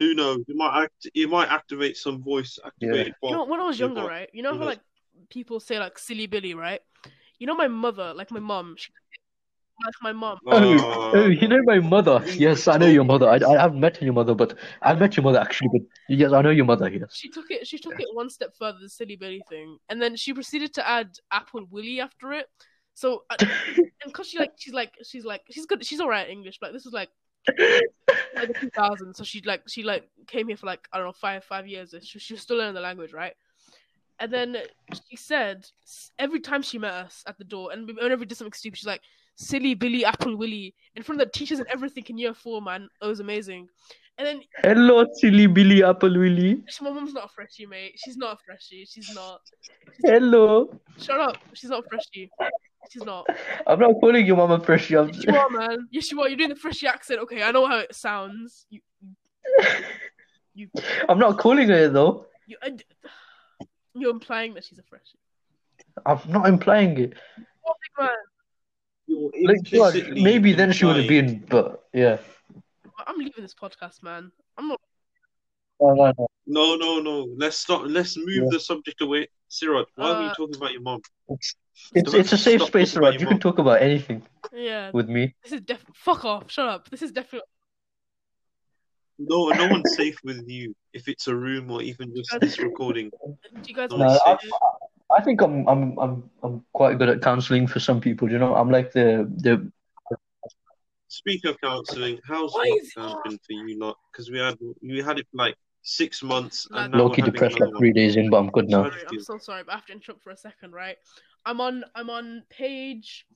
Speaker 2: Who knows? It might act. It might activate some voice activated
Speaker 3: you know,
Speaker 2: bomb.
Speaker 3: when I was
Speaker 2: yeah,
Speaker 3: younger,
Speaker 2: well,
Speaker 3: right? You know
Speaker 2: you
Speaker 3: how
Speaker 2: know.
Speaker 3: like people say like silly Billy, right? You know my mother, like my mom, she, like my mom.
Speaker 1: Oh, oh, you know my mother. Yes, I know your mother. I, I haven't met your mother, but I met your mother actually. But yes, I know your mother. Yes.
Speaker 3: She took it. She took it one step further, the silly Billy thing, and then she proceeded to add Apple Willy after it. So, I- and because she like, she's like, she's like, she's good. She's alright at English. But like, this was like like the 2000s. So she like she like came here for like I don't know five five years. She, she was still learning the language, right? And then she said s- every time she met us at the door, and we- whenever we did something stupid, she's like silly Billy Apple Willy in front of the teachers and everything in year four. Man, it was amazing. And then
Speaker 1: Hello, silly Billy Apple Willy.
Speaker 3: she- my mom's not a freshie, mate. She's not a freshie. She's not.
Speaker 1: Hello.
Speaker 3: Shut up. She's not a freshie. She's not.
Speaker 1: I'm not calling your mama freshie. I'm...
Speaker 3: Yes, you are, man. Yes, you are. You're doing the freshie accent. Okay, I know how it sounds. You,
Speaker 1: I'm not calling her though.
Speaker 3: you, I, you're implying that she's a freshie.
Speaker 1: I'm not implying it.
Speaker 3: Oh, big man.
Speaker 2: You're
Speaker 1: Like, you are-
Speaker 2: implicitly
Speaker 1: maybe then she would have
Speaker 2: implying-
Speaker 1: been, but yeah.
Speaker 3: I'm leaving this podcast, man. I'm not.
Speaker 1: No, no, no.
Speaker 2: No, no, no. Let's stop. Let's move
Speaker 1: Yeah.
Speaker 2: the subject away. Siraj, why are
Speaker 3: Uh,
Speaker 2: we talking about your mom?
Speaker 1: It's,
Speaker 2: Don't
Speaker 1: it's a safe
Speaker 2: stop
Speaker 1: space,
Speaker 2: talking about
Speaker 1: Raj.
Speaker 2: your
Speaker 1: You can
Speaker 2: mom.
Speaker 1: talk about anything
Speaker 3: Yeah,
Speaker 1: with me.
Speaker 3: this is def. Fuck off. Shut up. This is definitely.
Speaker 2: No, no one's safe with you if it's a room or even just this recording.
Speaker 3: Do you guys
Speaker 2: No,
Speaker 3: want
Speaker 1: No,
Speaker 2: it's
Speaker 1: I,
Speaker 2: safe.
Speaker 1: I think I'm, I'm, I'm, I'm quite good at counseling for some people. You know, I'm like the, the.
Speaker 2: Speak of counselling, how's
Speaker 3: Why is-
Speaker 2: lockdown been for you lot? Because we had we had it for like six months and now
Speaker 1: Low-key
Speaker 2: we're having
Speaker 1: depressed like
Speaker 2: another one.
Speaker 1: three days in, but I'm good now.
Speaker 3: sorry, I'm so sorry, but I have to interrupt for a second, right? I'm on I'm on page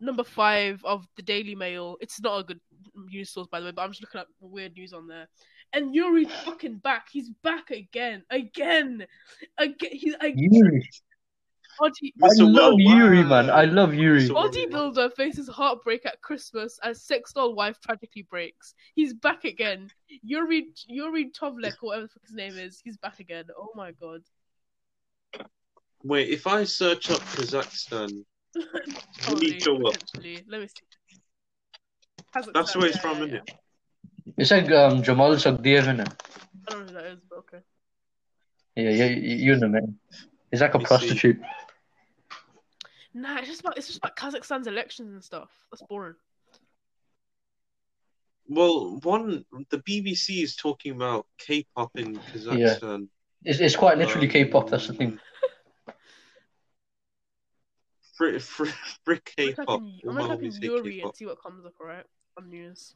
Speaker 3: number five of the Daily Mail. It's not a good news source, by the way, but I'm just looking at weird news on there. And Yuri's fucking back. He's back again, again, again. He's a
Speaker 1: Yuri.
Speaker 3: body
Speaker 1: I
Speaker 2: Mr.
Speaker 1: love
Speaker 2: Worldwide.
Speaker 1: Yuri, man. I love Yuri.
Speaker 2: Mr.
Speaker 3: bodybuilder faces heartbreak at Christmas as sex doll wife tragically breaks. He's back again. Yuri Yuri Tovlek, or whatever the fuck his name is, he's back again. Oh my god.
Speaker 2: Wait, if I search up Kazakhstan,
Speaker 3: Probably,
Speaker 2: show up.
Speaker 3: potentially. Let me see. Kazakhstan,
Speaker 2: that's where it's
Speaker 3: yeah,
Speaker 2: from,
Speaker 3: yeah,
Speaker 2: isn't
Speaker 3: yeah.
Speaker 2: it?
Speaker 1: It's like um, Jamal Sagdiyev, innit?
Speaker 3: I don't know who that is, but okay.
Speaker 1: Yeah, yeah, you, you know, man. He's like a
Speaker 2: I see.
Speaker 1: prostitute.
Speaker 3: Nah, it's just about it's just about Kazakhstan's elections and stuff. That's boring.
Speaker 2: Well, one the BBC is talking about K-pop in Kazakhstan.
Speaker 1: It's, it's quite literally
Speaker 2: Um,
Speaker 1: K-pop. That's the thing.
Speaker 2: Fr- fr- frick
Speaker 3: I'm
Speaker 2: K-pop.
Speaker 3: gonna type in-
Speaker 2: Or
Speaker 3: I'm gonna
Speaker 2: might
Speaker 3: type
Speaker 2: we
Speaker 3: in
Speaker 2: say
Speaker 3: Yuri
Speaker 2: K-pop?
Speaker 3: and see what comes up, alright? On news.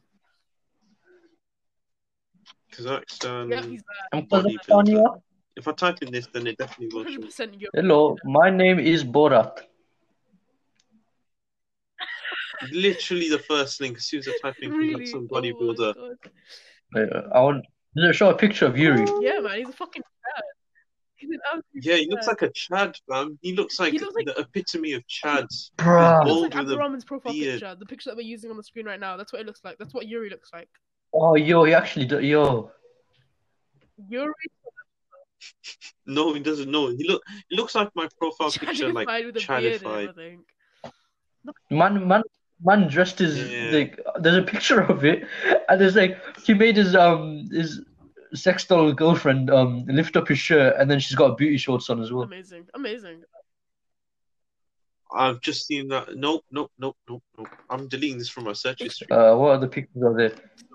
Speaker 2: Kazakhstan.
Speaker 3: yeah, he's there.
Speaker 1: I'm
Speaker 2: Body
Speaker 1: Kazakhstani.
Speaker 2: filter. If I type in this, then it definitely will. show.
Speaker 3: 100% Yuri.
Speaker 1: Hello, my name is Borat.
Speaker 2: Literally the first link as soon as I type in
Speaker 3: Really?
Speaker 2: some
Speaker 3: Oh my
Speaker 2: bodybuilder.
Speaker 3: God.
Speaker 1: Uh, I want. Does it show a picture of Yuri?
Speaker 3: Yeah, man, he's a fucking nerd. He's an absolute
Speaker 2: yeah, he looks
Speaker 3: nerd.
Speaker 2: like a Chad, fam. He looks like,
Speaker 3: He looks like-
Speaker 2: the epitome of Chads.
Speaker 1: Bruh.
Speaker 3: It
Speaker 2: Bald
Speaker 3: looks like
Speaker 2: with a
Speaker 3: Abdurrahman's profile
Speaker 2: beard.
Speaker 3: picture, the picture that we're using on the screen right now. That's what it looks like. That's what Yuri looks like.
Speaker 1: Oh, yo, he actually. Do, yo.
Speaker 3: Yuri
Speaker 2: No, he doesn't know. He look. He looks like my profile picture,
Speaker 3: Chadified
Speaker 2: like
Speaker 3: with a beard and
Speaker 2: Chadified.
Speaker 3: everything.
Speaker 1: Man, man, man dressed as
Speaker 2: Yeah.
Speaker 1: like there's a picture of it, and it's like he made his um his sex doll girlfriend um lift up his shirt, and then she's got beauty shorts on as well.
Speaker 3: Amazing. Amazing.
Speaker 2: I've just seen that. Nope, nope, nope, nope, nope. I'm deleting this from my search history.
Speaker 1: Uh, what other pictures are there?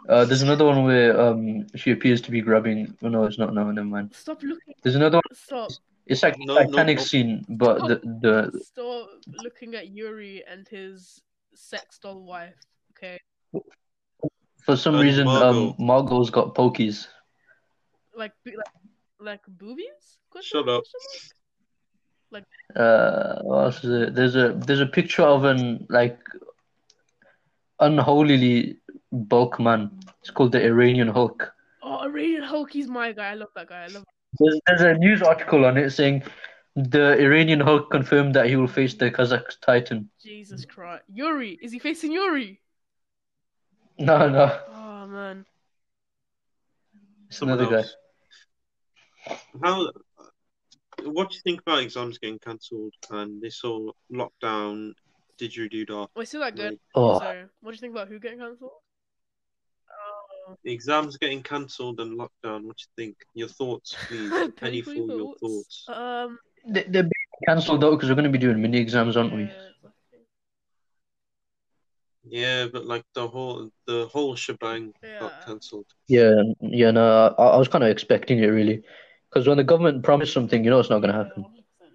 Speaker 1: Uh, there's another one where um she appears to be grabbing. Oh no, it's not. No, never mind.
Speaker 3: Stop looking.
Speaker 1: There's another one.
Speaker 3: Stop.
Speaker 1: It's like
Speaker 2: No, no,
Speaker 1: Titanic
Speaker 2: no.
Speaker 1: scene, but the the
Speaker 3: Stop looking at Yuri and his sex doll wife. Okay.
Speaker 1: for some
Speaker 2: And
Speaker 1: reason
Speaker 2: Margot.
Speaker 1: um Margot's got pokies.
Speaker 3: Like, bo- like, like boobies? Question
Speaker 2: Shut
Speaker 3: mark,
Speaker 2: up.
Speaker 3: question mark?
Speaker 1: Uh, what else is it? There's a there's a picture of an like unholily bulk man. It's called the Iranian Hulk.
Speaker 3: Oh, Iranian Hulk. He's my guy. I love that guy. I love.
Speaker 1: There's there's a news article on it saying the Iranian Hulk confirmed that he will face the Kazakh Titan.
Speaker 3: Jesus Christ. Yuri. Is he facing Yuri?
Speaker 1: No, no,
Speaker 3: Oh man.
Speaker 1: it's
Speaker 2: Someone
Speaker 1: another guy.
Speaker 2: else. How? What do you think about exams getting cancelled and this whole lockdown? Did you do that?
Speaker 3: Wait, still that good?
Speaker 1: Oh,
Speaker 3: So, what do you think about who getting cancelled? Oh.
Speaker 2: Exams getting cancelled and lockdown. What do you think? Your thoughts, please. Penny for your thoughts.
Speaker 3: Um.
Speaker 1: they, they're being cancelled though because we're going to be doing mini exams, aren't we?
Speaker 3: yeah, fucking-
Speaker 2: Yeah, but like the whole the whole shebang
Speaker 3: Yeah.
Speaker 2: got cancelled.
Speaker 1: Yeah, yeah. No, I, I was kind of expecting it really, because when the government promised something, you know it's not going to happen.
Speaker 3: Yeah, 100%, yeah,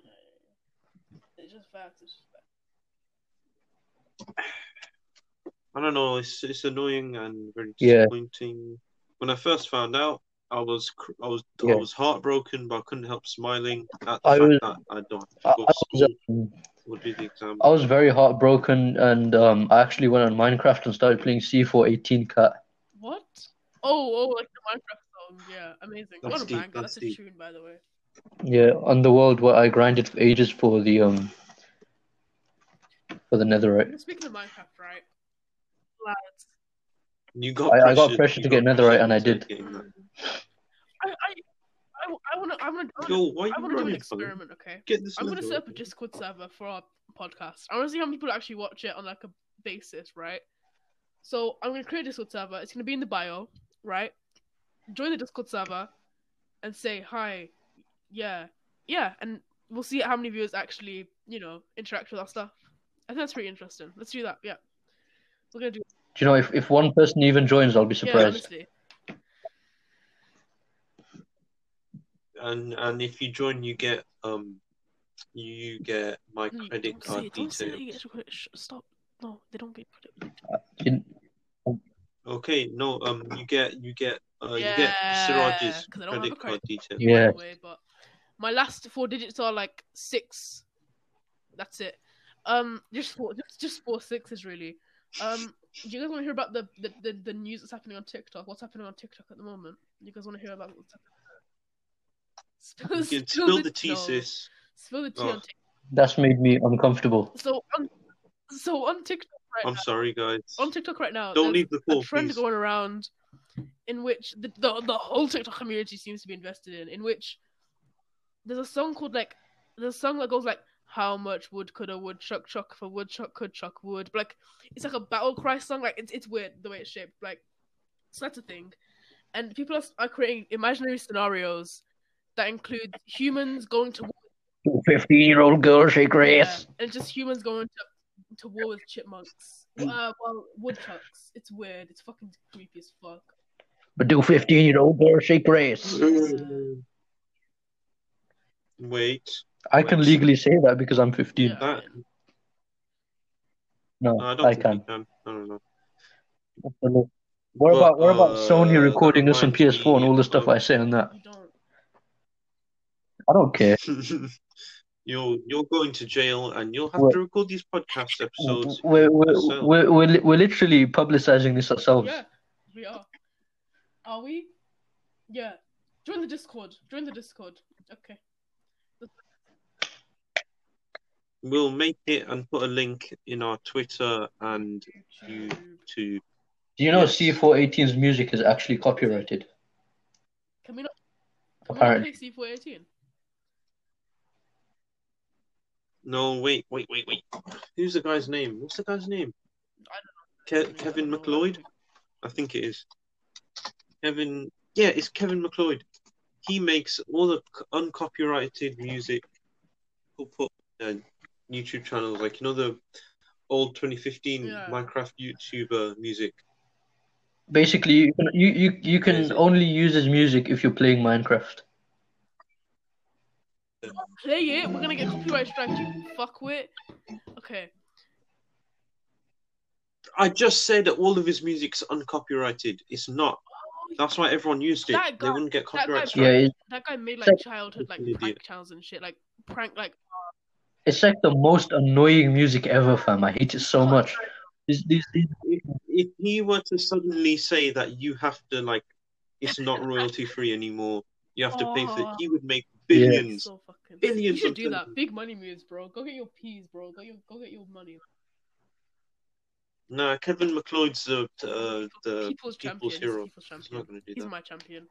Speaker 3: yeah. It's just facts. It's just facts.
Speaker 2: I don't know. It's it's annoying and very
Speaker 1: Yeah.
Speaker 2: disappointing. When I first found out, I was cr- I was
Speaker 1: Yeah.
Speaker 2: I was heartbroken, but I couldn't help smiling at the
Speaker 1: I
Speaker 2: fact
Speaker 1: was-
Speaker 2: that I don't
Speaker 1: I, I
Speaker 2: have to go to
Speaker 1: was
Speaker 2: school
Speaker 1: um,
Speaker 2: or do the exam.
Speaker 1: I was very heartbroken, and um, I actually went on Minecraft and started playing C418 Cat.
Speaker 3: What? Oh, oh, like the Minecraft song. Yeah, amazing.
Speaker 2: That's
Speaker 3: what a
Speaker 2: deep,
Speaker 3: banger.
Speaker 2: that's
Speaker 3: That's, a
Speaker 2: deep.
Speaker 3: tune, by the way.
Speaker 1: Yeah, on the world where I grinded for ages for the um for the Netherite.
Speaker 3: Speaking of Minecraft, right? Lads.
Speaker 2: You got
Speaker 1: I- I got
Speaker 2: pressured-
Speaker 1: pressured
Speaker 2: you
Speaker 1: to get
Speaker 2: got
Speaker 1: netherite
Speaker 2: pressured
Speaker 1: and I
Speaker 2: into
Speaker 1: did.
Speaker 2: getting that.
Speaker 3: Mm. I, I, I, I wanna, I wanna, I wanna,
Speaker 2: Yo, why
Speaker 3: I
Speaker 2: are you
Speaker 3: wanna do an
Speaker 2: running? fella?
Speaker 3: experiment, okay?
Speaker 2: Get this.
Speaker 3: I'm gonna
Speaker 2: netherite.
Speaker 3: set up a Discord server for our podcast. I wanna see how many people actually watch it on like a basis, right? So I'm gonna create a Discord server. It's gonna be in the bio, right? Join the Discord server and say hi, yeah, yeah, and we'll see how many viewers actually, you know, interact with our stuff. I think that's pretty interesting. Let's do that. Yeah, we're gonna do.
Speaker 1: Do you know if, if one person even joins, I'll be
Speaker 3: Yeah,
Speaker 1: surprised.
Speaker 3: honestly.
Speaker 2: And and if you join, you get um, you get my
Speaker 3: No,
Speaker 2: credit
Speaker 3: Hmm.
Speaker 2: card
Speaker 3: Mm, don't say- don't say they
Speaker 2: details.
Speaker 3: get credit. Sh- Stop. No, they don't get credit.
Speaker 1: You-
Speaker 2: Okay, no, um, you get you get uh, you get Siraj's
Speaker 3: 'cause I don't have a
Speaker 2: credit card
Speaker 3: credit
Speaker 2: details.
Speaker 1: Yeah.
Speaker 3: by the way, but my last four digits are like six. That's it. Um, just four, just, just four sixes really. Um, do you guys want to hear about the, the, the, the news that's happening on TikTok? What's happening on TikTok at the moment? You guys want to hear about what's happening?
Speaker 2: You can spill the tea, sis.
Speaker 3: Spill the tea
Speaker 2: Oh.
Speaker 3: on TikTok.
Speaker 1: That's made me uncomfortable.
Speaker 3: So on, so on TikTok right uh,
Speaker 2: I'm
Speaker 3: now,
Speaker 2: sorry, guys.
Speaker 3: on TikTok right now.
Speaker 2: Don't
Speaker 3: there's-
Speaker 2: leave the
Speaker 3: a
Speaker 2: call,
Speaker 3: trend
Speaker 2: please.
Speaker 3: going around in which the, the the whole TikTok community seems to be invested in, in which there's a song called like the song that goes like, "How much wood could a woodchuck chuck if a woodchuck could chuck wood?" But, like it's like a battle cry song. Like it's it's weird the way it's shaped. Like so that's a thing, and people are, are creating imaginary scenarios that include humans going to war.
Speaker 1: 15 year old girl shake her ass.
Speaker 3: Yeah, and just humans going to, to war with chipmunks. Uh, well, woodchucks. It's weird. It's fucking creepy as fuck.
Speaker 1: But do 15 year old girl shake her ass.
Speaker 2: Wait.
Speaker 1: I can
Speaker 2: Wait.
Speaker 1: legally say that because I'm 15.
Speaker 3: Yeah.
Speaker 2: That,
Speaker 1: No,
Speaker 2: I don't
Speaker 1: I
Speaker 2: think
Speaker 1: can.
Speaker 2: you can. I don't know.
Speaker 1: What about what about
Speaker 2: uh,
Speaker 1: Sony recording this on
Speaker 2: might be-
Speaker 1: PS4 and all the stuff I say on that?
Speaker 3: You don't.
Speaker 1: I don't care.
Speaker 2: you're you're going to jail and you'll have
Speaker 1: Wait.
Speaker 2: to record these podcast episodes.
Speaker 1: We're, we're,
Speaker 2: so-
Speaker 1: we're, we're, li- we're literally publicizing this ourselves.
Speaker 3: Yeah, we are. Are we? Yeah. Join the Discord. Join the Discord. Okay.
Speaker 1: Mm-hmm.
Speaker 2: We'll make it and put a link in our Twitter and You-
Speaker 3: YouTube.
Speaker 2: to
Speaker 1: Do you know
Speaker 2: Yes.
Speaker 1: C418's music is actually copyrighted?
Speaker 3: Can we not? Can we not
Speaker 1: Apparently.
Speaker 3: play C four eighteen?
Speaker 2: no wait wait wait wait. Who's the guy's name? What's the guy's name? Ke- Kevin McLeod. I think it is. Kevin. Yeah, it's Kevin McLeod. He makes all the c- uncopyrighted music. He'll put uh, YouTube channels like you know the old 2015
Speaker 3: Yeah.
Speaker 2: Minecraft YouTuber music.
Speaker 1: Basically, you can, you, you, you can
Speaker 2: Music.
Speaker 1: only use his music if you're playing Minecraft.
Speaker 3: Play it. We're gonna get copyright strike. You fuck with. Okay.
Speaker 2: I just said that all of his music's uncopyrighted. It's not. That's why everyone used it.
Speaker 3: Oh, That
Speaker 2: they
Speaker 3: guy-
Speaker 2: wouldn't get
Speaker 3: that guy-
Speaker 2: copyright
Speaker 1: Yeah,
Speaker 2: strike.
Speaker 1: it,
Speaker 3: That guy made
Speaker 1: So-
Speaker 3: like childhood like
Speaker 2: An idiot.
Speaker 3: prank channels and shit. Like prank like.
Speaker 1: it's like the most annoying music ever, fam. I hate it so much. These, these, these,
Speaker 2: If he were to suddenly say that you have to like, it's not royalty free anymore. You have to pay for it.
Speaker 3: Oh.
Speaker 2: He would make billions.
Speaker 3: So fucking.
Speaker 2: Billions
Speaker 3: You should
Speaker 2: of
Speaker 3: do that.
Speaker 2: them.
Speaker 3: Big money moves, bro. Go get your peas, bro. Go your go get your money.
Speaker 2: Nah, Kevin McLeod's the uh, the
Speaker 3: people's,
Speaker 2: people's
Speaker 3: champion.
Speaker 2: hero.
Speaker 3: He's people's
Speaker 2: He's
Speaker 3: champion.
Speaker 2: not gonna do
Speaker 3: He's
Speaker 2: that.
Speaker 3: my champion.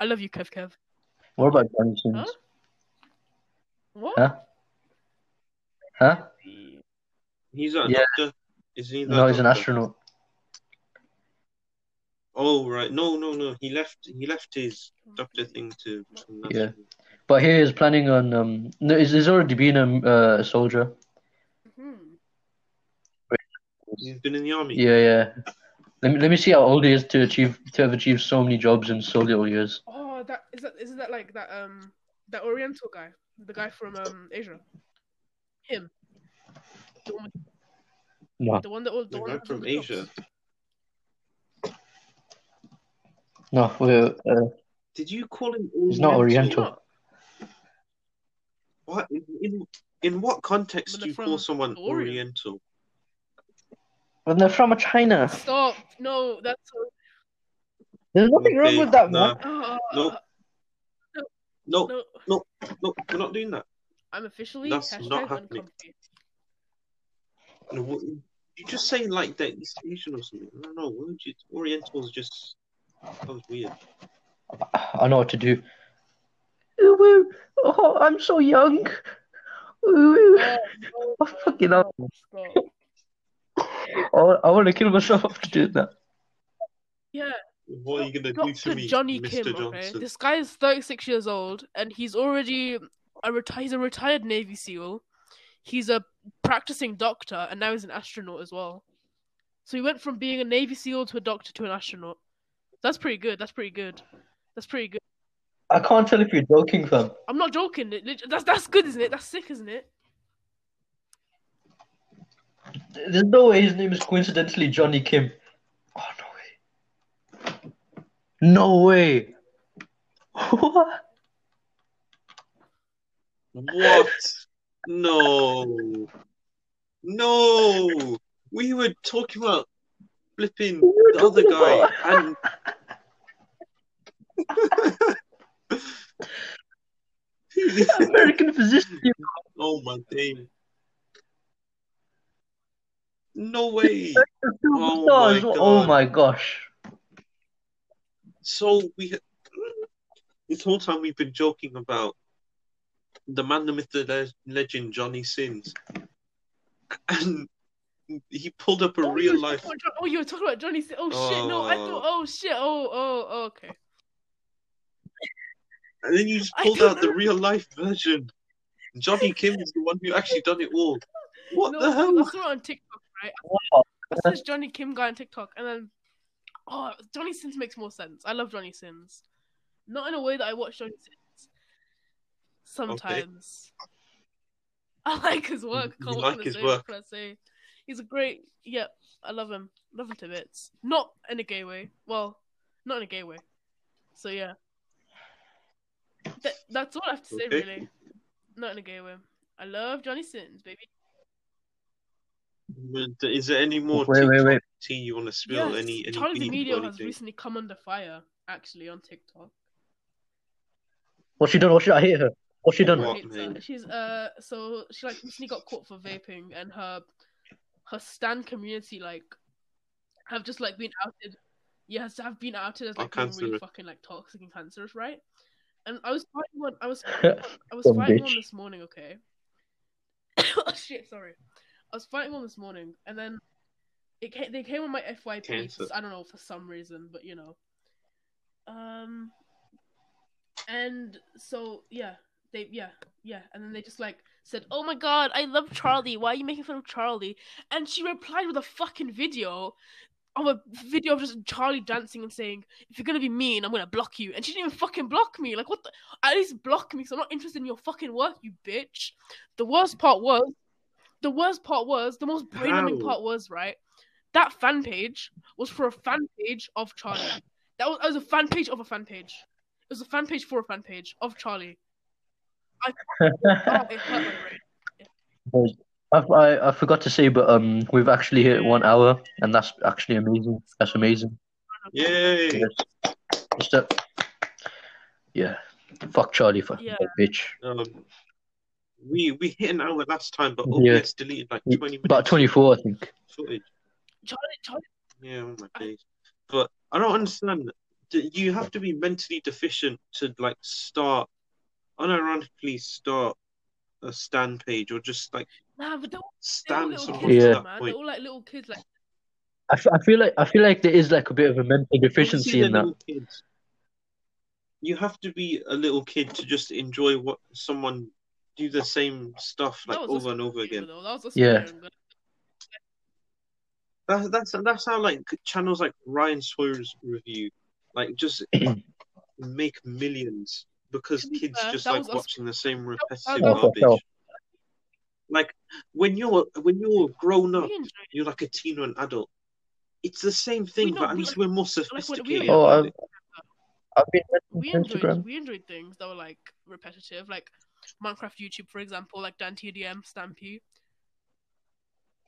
Speaker 3: I love you, Kev. Kev.
Speaker 1: what about Johnny Sins?
Speaker 3: Huh? What?
Speaker 1: Huh? Huh?
Speaker 2: He's that
Speaker 1: Yeah.
Speaker 2: doctor. Is he that
Speaker 1: No, he's an
Speaker 2: doctor?
Speaker 1: astronaut.
Speaker 2: Oh right, no, no, no. He left. He left his doctor thing to.
Speaker 1: Yeah. But he is planning on um. No, he's, he's already been a uh, soldier.
Speaker 3: Mhm.
Speaker 2: He's been in the army.
Speaker 1: Yeah, yeah. Let me let me see how old he is to achieve to have achieved so many jobs in so little years.
Speaker 3: Oh, that is that isn't that like that um that Oriental guy, the guy from um Asia. Him. The one, with-
Speaker 1: No,
Speaker 3: the one that all the
Speaker 2: The
Speaker 3: one
Speaker 2: guy
Speaker 3: that-
Speaker 2: from Asia.
Speaker 1: no, we're, uh,
Speaker 2: Did you call him?
Speaker 1: he's not Oriental.
Speaker 2: What in, in in what context
Speaker 3: But
Speaker 2: do you
Speaker 3: they're
Speaker 2: call
Speaker 3: from
Speaker 2: someone
Speaker 3: Orient.
Speaker 2: Oriental?
Speaker 1: Well, they're from China.
Speaker 3: Stop! No, that's
Speaker 1: There's nothing wrong
Speaker 2: Okay,
Speaker 1: with that,
Speaker 2: nah.
Speaker 1: man.
Speaker 2: Nope.
Speaker 3: uh,
Speaker 2: No,
Speaker 3: no.
Speaker 2: no, we're not doing that.
Speaker 3: I'm officially
Speaker 2: That's
Speaker 3: hashtag
Speaker 2: not happening.
Speaker 3: uncomfy.
Speaker 2: No, what- you just say like that it's Asian or something. I don't know. Why would you? Oriental's just that was weird.
Speaker 1: I know what to do. Ooh, woo. Oh, I'm so young. Ooh, woo.
Speaker 3: Oh, no,
Speaker 1: Oh,
Speaker 3: no,
Speaker 1: fucking
Speaker 3: no,
Speaker 1: hell.
Speaker 3: stop.
Speaker 1: Oh, I want to kill myself after doing that.
Speaker 2: What are you gonna do to
Speaker 3: Dr.
Speaker 2: me,
Speaker 3: Johnny
Speaker 2: Mr.
Speaker 3: Kim, okay?
Speaker 2: Johnson?
Speaker 3: This guy is 36 years old and he's already a reti- he's a retired Navy SEAL. He's a practicing doctor and now he's an astronaut as well. So he went from being a Navy SEAL to a doctor to an astronaut. That's pretty good. That's pretty good. That's pretty good.
Speaker 1: I can't tell if you're joking, fam.
Speaker 3: I'm not joking. It, lit- that's that's good, isn't it? That's sick, isn't it?
Speaker 1: There's no way his name is coincidentally Johnny Kim. Oh, no way. No way. What?
Speaker 2: What? No, no. We were talking about flipping
Speaker 1: were
Speaker 2: the other
Speaker 1: talking
Speaker 2: guy,
Speaker 1: about-
Speaker 2: and
Speaker 1: American physician.
Speaker 2: oh my day. No way. Oh my
Speaker 1: Superstars. Oh
Speaker 2: God.
Speaker 1: my gosh.
Speaker 2: So we, this whole time we've been joking about the man, the myth, the le- legend, Johnny Sins, and he pulled up a
Speaker 3: oh, you
Speaker 2: real
Speaker 3: were
Speaker 2: life.
Speaker 3: talking about Jo- oh, you were talking about Johnny. Sin- Oh, shit! No, I thought. Oh shit! Oh, oh, oh okay.
Speaker 2: And then you just
Speaker 3: I
Speaker 2: pulled
Speaker 3: don't
Speaker 2: out the real life version. Johnny Kim is the one who actually done it all. What
Speaker 3: no,
Speaker 2: the
Speaker 3: so I
Speaker 2: hell?
Speaker 3: saw it on TikTok, right?
Speaker 1: Wow.
Speaker 3: I saw this Johnny Kim guy on TikTok, and then oh, Johnny Sins makes more sense. I love Johnny Sins, not in a way that I watch Johnny Sins. Sometimes I like his work.
Speaker 2: You
Speaker 3: Can't,
Speaker 2: like
Speaker 3: what can I
Speaker 2: his
Speaker 3: say?
Speaker 2: work.
Speaker 3: What can I say? He's a great. Yep, I love him. Love him to bits. Not in a gay way. Well, not in a gay way. So yeah, That- that's all I have to say.
Speaker 2: Okay.
Speaker 3: Really, not in a gay way. I love Johnny Sins, baby.
Speaker 2: Is there any more
Speaker 1: Wait, wait, wait.
Speaker 2: tea you want to spill?
Speaker 3: Yes,
Speaker 2: Any, any
Speaker 3: Charlie
Speaker 2: beans or
Speaker 3: D'Amelio has
Speaker 2: anything?
Speaker 3: recently come under fire, actually, on TikTok.
Speaker 1: What's she done? What's she? I hate her. What's she done?
Speaker 2: What?
Speaker 3: It's, uh,
Speaker 2: man?
Speaker 3: she's uh, so she like recently got caught for vaping, and her her stan community like have just like been outed. Yes, have been outed as
Speaker 2: Oh,
Speaker 3: like being really
Speaker 2: cancerous.
Speaker 3: fucking like toxic and cancerous, right? And I was fighting one. I was I was
Speaker 1: Dumb
Speaker 3: fighting
Speaker 1: bitch.
Speaker 3: one this morning, okay? oh shit, sorry. I was fighting one this morning, and then it came, they came on my FYP.
Speaker 2: Cancer.
Speaker 3: I don't know for some reason, but you know. Um. And so yeah, they yeah yeah, and then they just like said, "Oh my god, I love Charlie. Why are you making fun of Charlie?" And she replied with a fucking video. Of a video of just Charlie dancing and saying, "If you're gonna be mean, I'm gonna block you." And she didn't even fucking block me. Like, what? The- at least block me, so I'm not interested in your fucking work, you bitch. The worst part was, the worst part was, the most brainwashing
Speaker 2: How?
Speaker 3: part was, right? That fan page was for a fan page of Charlie. That was, that was a fan page of a fan page. It was a fan page for a fan page of Charlie. Oh, it hurt my brain.
Speaker 1: I, I, I forgot to say, but um, we've actually hit one hour, and that's actually amazing. That's amazing.
Speaker 2: Yay!
Speaker 1: Yes. Just a- yeah. Fuck Charlie, fuck
Speaker 3: Yeah.
Speaker 1: that bitch.
Speaker 2: Um, we we hit an hour last time, but
Speaker 1: Yeah.
Speaker 2: OBS deleted like
Speaker 1: Yeah,
Speaker 2: twenty minutes.
Speaker 1: About 24, I think.
Speaker 2: footage.
Speaker 3: Charlie, Charlie,
Speaker 2: Yeah, oh my
Speaker 3: I-
Speaker 2: days. But I don't understand. Do You have to be mentally deficient to like start, unironically start a stand page or just like
Speaker 3: nah, but they're all, they're all
Speaker 2: stand
Speaker 3: little
Speaker 2: someone
Speaker 3: kids,
Speaker 1: Yeah.
Speaker 2: to that
Speaker 3: man. They're
Speaker 2: point.
Speaker 3: all like little kids, like
Speaker 1: I, f- I feel like I feel like there is like a bit of a mental
Speaker 2: Obviously,
Speaker 1: deficiency
Speaker 2: they're
Speaker 1: in that.
Speaker 2: little kids. You have to be a little kid to just enjoy what someone do the same stuff like
Speaker 3: that was us
Speaker 2: over and over
Speaker 3: when we were
Speaker 2: again.
Speaker 3: little, That was us
Speaker 1: Yeah.
Speaker 3: when we were younger.
Speaker 2: That's that's that's how like channels like Ryan Sawyer's review, like just make millions because
Speaker 3: To be
Speaker 2: kids
Speaker 3: fair,
Speaker 2: just
Speaker 3: that
Speaker 2: like
Speaker 3: was us-
Speaker 2: watching the same repetitive
Speaker 1: us- Oh, for sure.
Speaker 2: garbage. Like when you're when you're grown up,
Speaker 3: We enjoyed it.
Speaker 2: you're like a teen or an adult. It's the same thing,
Speaker 3: know,
Speaker 2: but at
Speaker 3: we
Speaker 2: least
Speaker 3: like-
Speaker 2: we're more
Speaker 3: like when we were
Speaker 2: sophisticated.
Speaker 1: Oh,
Speaker 2: about
Speaker 1: I've,
Speaker 2: it.
Speaker 1: I've been
Speaker 3: we
Speaker 1: mentioned
Speaker 3: enjoyed
Speaker 1: Instagram.
Speaker 3: we enjoyed things that were like repetitive, like Minecraft YouTube, for example, like Dan TDM, Stampy.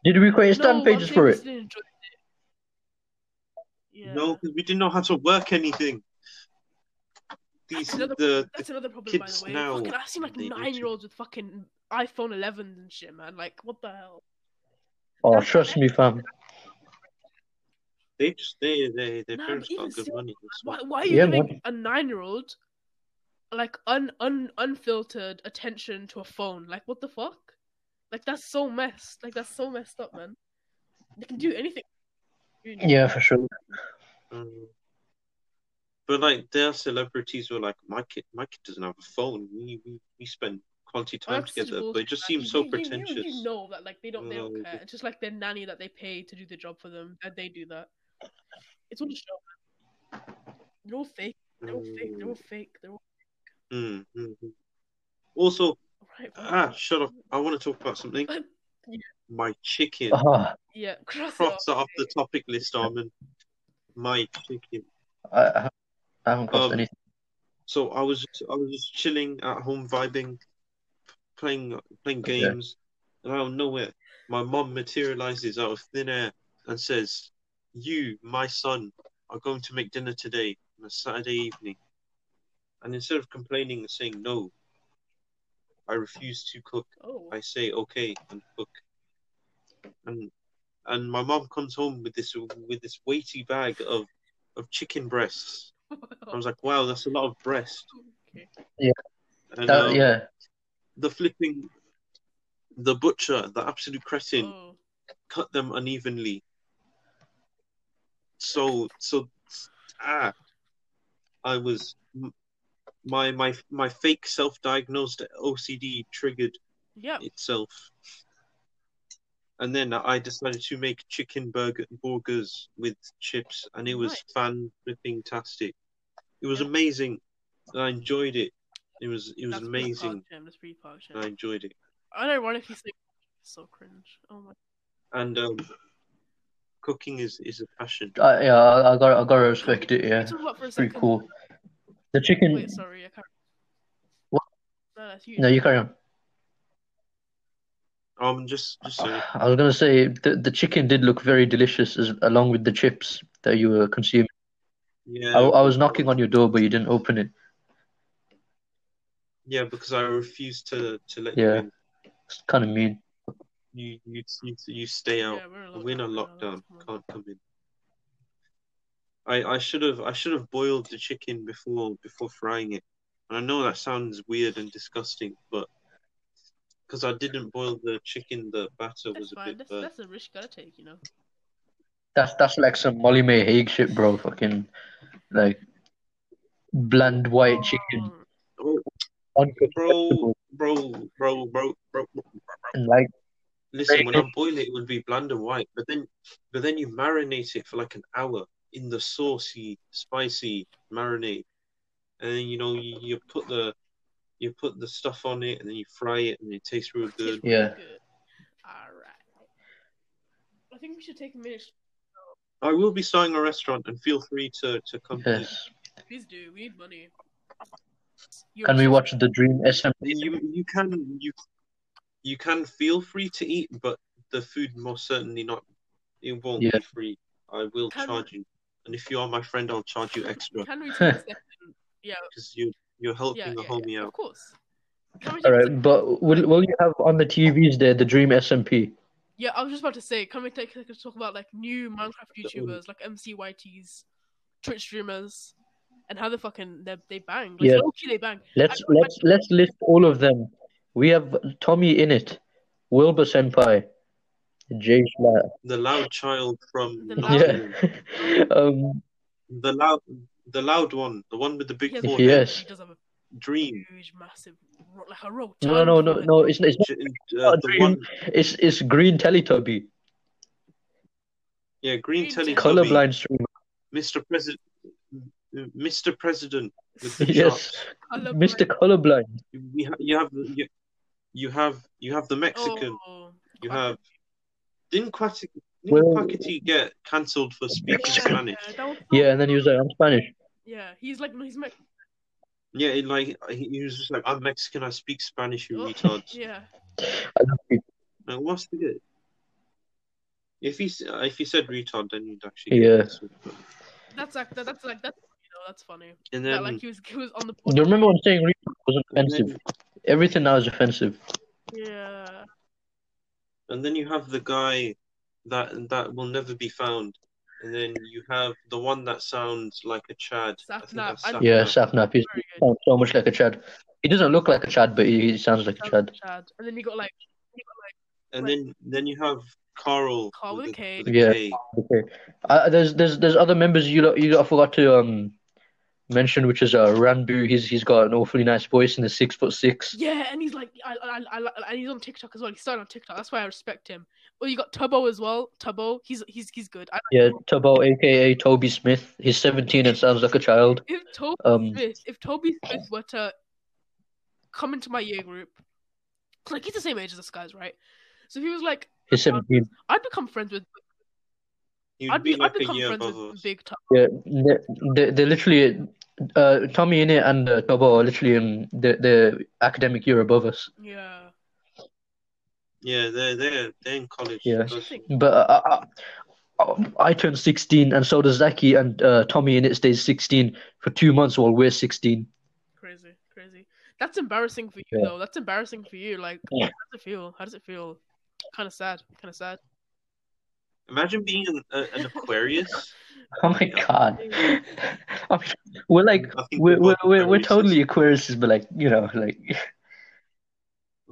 Speaker 1: Did we create
Speaker 3: No,
Speaker 1: stand
Speaker 3: I'm
Speaker 1: pages
Speaker 3: saying
Speaker 1: for
Speaker 3: we
Speaker 1: it?
Speaker 3: still enjoyed it. Yeah.
Speaker 2: No, because we didn't know how to work anything. These
Speaker 3: That's another-
Speaker 2: the
Speaker 3: that's another problem, by
Speaker 2: kids
Speaker 3: the way.
Speaker 2: now,
Speaker 3: fucking, I've seen like
Speaker 2: they- they
Speaker 3: nine year olds with fucking iPhone 11s and shit, man. Like, what the hell?
Speaker 1: Oh, trust me, fam.
Speaker 2: they just they they their
Speaker 3: Nah,
Speaker 2: parents
Speaker 3: but
Speaker 2: got
Speaker 3: even
Speaker 2: good
Speaker 3: still,
Speaker 2: money. that's
Speaker 3: Why,
Speaker 2: why.
Speaker 3: why are you
Speaker 1: Yeah,
Speaker 3: giving a nine year old like un, un unfiltered attention to a phone? Like what the fuck? Like that's so messed. Like that's so messed up, man. They can do anything.
Speaker 1: Yeah, for sure.
Speaker 2: Um, but like their celebrities were like, my kid, my kid doesn't have a phone. We we, we spend quality
Speaker 3: Oh,
Speaker 2: time
Speaker 3: that's such
Speaker 2: together, but
Speaker 3: bullshit,
Speaker 2: it just
Speaker 3: man.
Speaker 2: seems so
Speaker 3: You- you- you-
Speaker 2: pretentious.
Speaker 3: You, know that like they don't they
Speaker 2: No.
Speaker 3: don't care. It's just like their nanny that they pay to do the job for them that they do that. It's all a show. Man. They're all fake. They're all fake. They're all fake. They're all
Speaker 2: Mm, mm, mm. Also,
Speaker 3: right.
Speaker 2: ah, shut up! I want to talk about something.
Speaker 3: Yeah.
Speaker 2: My chicken.
Speaker 1: Ah,
Speaker 3: Yeah, cross it
Speaker 2: Cross that off the topic list, Armin. My chicken.
Speaker 1: I, I haven't crossed
Speaker 2: Um,
Speaker 1: anything.
Speaker 2: So I was I was just chilling at home, vibing, playing playing
Speaker 1: Okay.
Speaker 2: games, and out of nowhere, my mom materializes out of thin air and says, "You, my son, are going to make dinner today on a Saturday evening." And instead of complaining and saying no, I refuse to cook.
Speaker 3: Oh.
Speaker 2: I say okay and cook. And and my mom comes home with this with this weighty bag of of chicken breasts. I was like, wow, that's a lot of breast.
Speaker 3: okay.
Speaker 2: And,
Speaker 1: That,
Speaker 2: um,
Speaker 1: yeah.
Speaker 2: the flipping, the butcher, the absolute cretin,
Speaker 3: Oh.
Speaker 2: cut them unevenly. So so ah, I was my my my fake self-diagnosed OCD triggered
Speaker 3: Yep.
Speaker 2: itself, and then I decided to make chicken burger burgers with chips, and it was
Speaker 3: Nice.
Speaker 2: fan flipping tastic. It was
Speaker 3: Yeah.
Speaker 2: amazing. and I enjoyed it. It was it was
Speaker 3: That's pretty
Speaker 2: amazing.
Speaker 3: park jam, That's pretty park jam.
Speaker 2: and I enjoyed it.
Speaker 3: Unironically, so- so cringe. Oh my.
Speaker 2: And um, cooking is is a passion.
Speaker 1: I, yeah, I, I got I gotta respect it. Yeah,
Speaker 3: Can we talk about for
Speaker 1: pretty
Speaker 3: a second?
Speaker 1: cool. The chicken.
Speaker 3: Wait, sorry, I can't.
Speaker 1: What?
Speaker 3: No, that's you.
Speaker 1: no, you carry on.
Speaker 2: Um, just just saying.
Speaker 1: I was gonna say the the chicken did look very delicious as along with the chips that you were consuming.
Speaker 2: Yeah,
Speaker 1: I, I was knocking on your door, but you didn't open it.
Speaker 2: yeah, because I refused to to let
Speaker 1: Yeah.
Speaker 2: you in.
Speaker 1: It's kind of mean.
Speaker 2: You you you, you stay out.
Speaker 3: Yeah, we're in
Speaker 2: We're in a
Speaker 3: lockdown,
Speaker 2: lockdown.
Speaker 3: come on.
Speaker 2: Can't come in. I I should have I should have boiled the chicken before before frying it. And I know that sounds weird and disgusting, but because I didn't boil the chicken, the batter
Speaker 3: That's
Speaker 2: was a
Speaker 3: fine.
Speaker 2: bit
Speaker 3: That's,
Speaker 2: burnt.
Speaker 3: that's a risk you gotta take, you know.
Speaker 1: That's that's like some Molly May Haig shit, bro. Fucking like bland white chicken,
Speaker 2: Oh,
Speaker 3: Oh,
Speaker 1: uncooked
Speaker 2: bro,
Speaker 1: vegetable,
Speaker 2: bro, bro, bro, bro.
Speaker 1: and like
Speaker 2: Listen, when I boil it, it would be bland and white, but then, but then you marinate it for like an hour in the saucy, spicy marinade, and then you know you, you put the you put the stuff on it, and then you fry it, and it tastes real good.
Speaker 3: tastes
Speaker 1: Yeah.
Speaker 3: good. Alright. I think we should take a minute.
Speaker 2: I will be starting a restaurant, and feel free to to come. to it.
Speaker 1: yes.
Speaker 3: Please do. We need money.
Speaker 1: Can we
Speaker 3: You're-
Speaker 1: watch the Dream SM?
Speaker 2: You you can you you can feel free to eat, but the food most certainly not. It won't
Speaker 1: Yeah.
Speaker 2: be free. I will
Speaker 3: Can-
Speaker 2: charge you, and if you are my friend, I'll charge you extra
Speaker 3: Can we take a second? Yeah.
Speaker 2: because you you're helping
Speaker 3: Yeah,
Speaker 2: a
Speaker 3: yeah,
Speaker 2: homie
Speaker 3: yeah,
Speaker 2: out.
Speaker 3: Of course. Can we take
Speaker 1: All
Speaker 3: a
Speaker 1: right,
Speaker 3: second?
Speaker 1: but will will you have on the TVs there the Dream SMP?
Speaker 3: Yeah, I was just about to say, can we take a second to talk about like new Minecraft YouTubers, like MCYTs, Twitch streamers, and how they fucking they they bang. Like,
Speaker 1: Yeah.
Speaker 3: low-key they bang.
Speaker 1: Let's let's let's list all of them. We have Tommy Innit, Wilbur Senpai, Jay Schlatt.
Speaker 2: The loud child from
Speaker 3: The loud-
Speaker 1: Yeah.
Speaker 2: Nottingham.
Speaker 1: um,
Speaker 2: the loud, the loud one, the one with the big
Speaker 3: He has,
Speaker 1: Yeah.
Speaker 2: forehead.
Speaker 1: Yes.
Speaker 3: He does have a
Speaker 2: Dream.
Speaker 3: huge, massive, ro- like a roach.
Speaker 1: no, no, no, no. It's it's not,
Speaker 2: J- Uh, the
Speaker 1: Dream.
Speaker 2: one,
Speaker 1: it's it's Green Teletubby,
Speaker 2: yeah, green
Speaker 3: Green
Speaker 2: Teletubby,
Speaker 1: colorblind streamer.
Speaker 2: Mr. President, Mr. President. With the
Speaker 1: Yes,
Speaker 2: chops.
Speaker 1: Mr. Colorblind.
Speaker 2: You, ha- you have you, you have you have the
Speaker 3: Oh.
Speaker 2: Mexican. you have. Didn't Quackity, didn't
Speaker 1: Well-
Speaker 2: Quackity get cancelled for speaking Spanish?
Speaker 1: Yeah, and then he was like, "I'm Spanish."
Speaker 3: Yeah, he's like, no, he's Mex-
Speaker 2: Yeah, it, like he he was just like, "I'm Mexican. I speak Spanish, you
Speaker 3: Oh,
Speaker 2: retards."
Speaker 3: Yeah.
Speaker 1: I love you.
Speaker 2: Like, what's the good? If he s- uh, if he said retard, then you'd actually
Speaker 1: Yeah.
Speaker 2: cancelled.
Speaker 3: That's like, that, that's like, that's, you know, that's funny.
Speaker 2: And
Speaker 3: Yeah,
Speaker 2: then
Speaker 3: like he was, he was on the
Speaker 1: You remember when saying "re" was
Speaker 2: and then-
Speaker 1: offensive? Everything now is offensive.
Speaker 3: Yeah.
Speaker 2: and then you have the guy that that will never be found, and then you have the one that sounds like a Chad. I think
Speaker 3: Sapnap.
Speaker 2: that's Sapnap.
Speaker 1: Yeah, Safnap. He
Speaker 3: Very good.
Speaker 1: sounds so much like a Chad. He doesn't look like a Chad, but he, he sounds like a Chad.
Speaker 3: Chad. And then you got like,
Speaker 2: And then then you have Carl.
Speaker 3: Carl with a K.
Speaker 1: Yeah. Okay. Uh, there's there's there's other members you lot, you lot forgot to um mention, which is uh Ranbu. He's he's got an awfully nice voice, and he's six foot six.
Speaker 3: yeah, and he's like, I, I, I, I- and he's on TikTok as well. He started on TikTok. That's why I respect him. Well, you got Tubbo as well. Tubbo, he's, he's, he's good. I
Speaker 1: Yeah, Tubbo, aka Toby Smith. He's 17 and sounds like a child.
Speaker 3: if Toby
Speaker 1: Um,
Speaker 3: Smith, if Toby Smith were to come into my year group, 'cause, like he's the same age as us guys, right? So if he was like,
Speaker 1: He's 17.
Speaker 3: I'd become friends with,
Speaker 2: You'd
Speaker 3: I'd
Speaker 2: be
Speaker 3: be, I'd
Speaker 2: like a
Speaker 3: become
Speaker 2: year
Speaker 3: friends
Speaker 2: above
Speaker 3: with
Speaker 2: us.
Speaker 3: Big Tubbo.
Speaker 1: Yeah, they they they're literally uh Tommy in it and uh, Tubbo are literally in the the academic year above us.
Speaker 3: Yeah,
Speaker 2: Yeah, they're they're they're in college.
Speaker 1: Yeah.
Speaker 3: What do you
Speaker 2: That's-
Speaker 3: think?
Speaker 1: But uh, I, I, I turned 16, and so does Zaki, and uh, Tommy in it stays 16 for two months while we're 16.
Speaker 3: crazy, crazy. That's embarrassing for you
Speaker 1: Yeah.
Speaker 3: though. That's embarrassing for you. Like,
Speaker 1: Yeah.
Speaker 3: how does it feel? How does it feel? Kind of sad. Kind of sad.
Speaker 2: Imagine being an, a, an Aquarius.
Speaker 1: Oh my God. I mean, we're like
Speaker 2: I think
Speaker 1: we're
Speaker 2: we're
Speaker 1: we're
Speaker 2: both
Speaker 1: we're, we're
Speaker 2: Aquariuses.
Speaker 1: totally Aquariuses, but like you know, like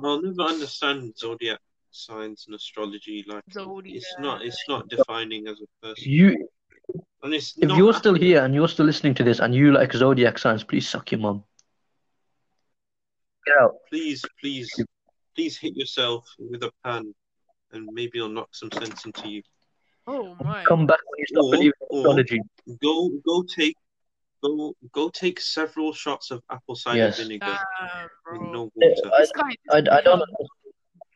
Speaker 2: I'll never understand zodiac signs and astrology. Like
Speaker 3: Zodiac.
Speaker 2: it's not it's not defining as a person,
Speaker 1: You,
Speaker 2: and it's
Speaker 1: if
Speaker 2: not
Speaker 1: you're still here and you're still listening to this and you like zodiac signs, please suck your mum. Get out.
Speaker 2: please, please, please hit yourself with a pan, and maybe it'll knock some sense into you.
Speaker 3: Oh my.
Speaker 1: Come back when you stop
Speaker 2: Or-
Speaker 1: believing in
Speaker 2: or-
Speaker 1: astrology.
Speaker 2: Go, go take, go, go take several shots of apple cider
Speaker 1: Yes. Uh,
Speaker 2: vinegar
Speaker 3: Damn,
Speaker 2: with
Speaker 3: bro.
Speaker 2: no water.
Speaker 1: I-
Speaker 3: This guy-
Speaker 1: I, I don't.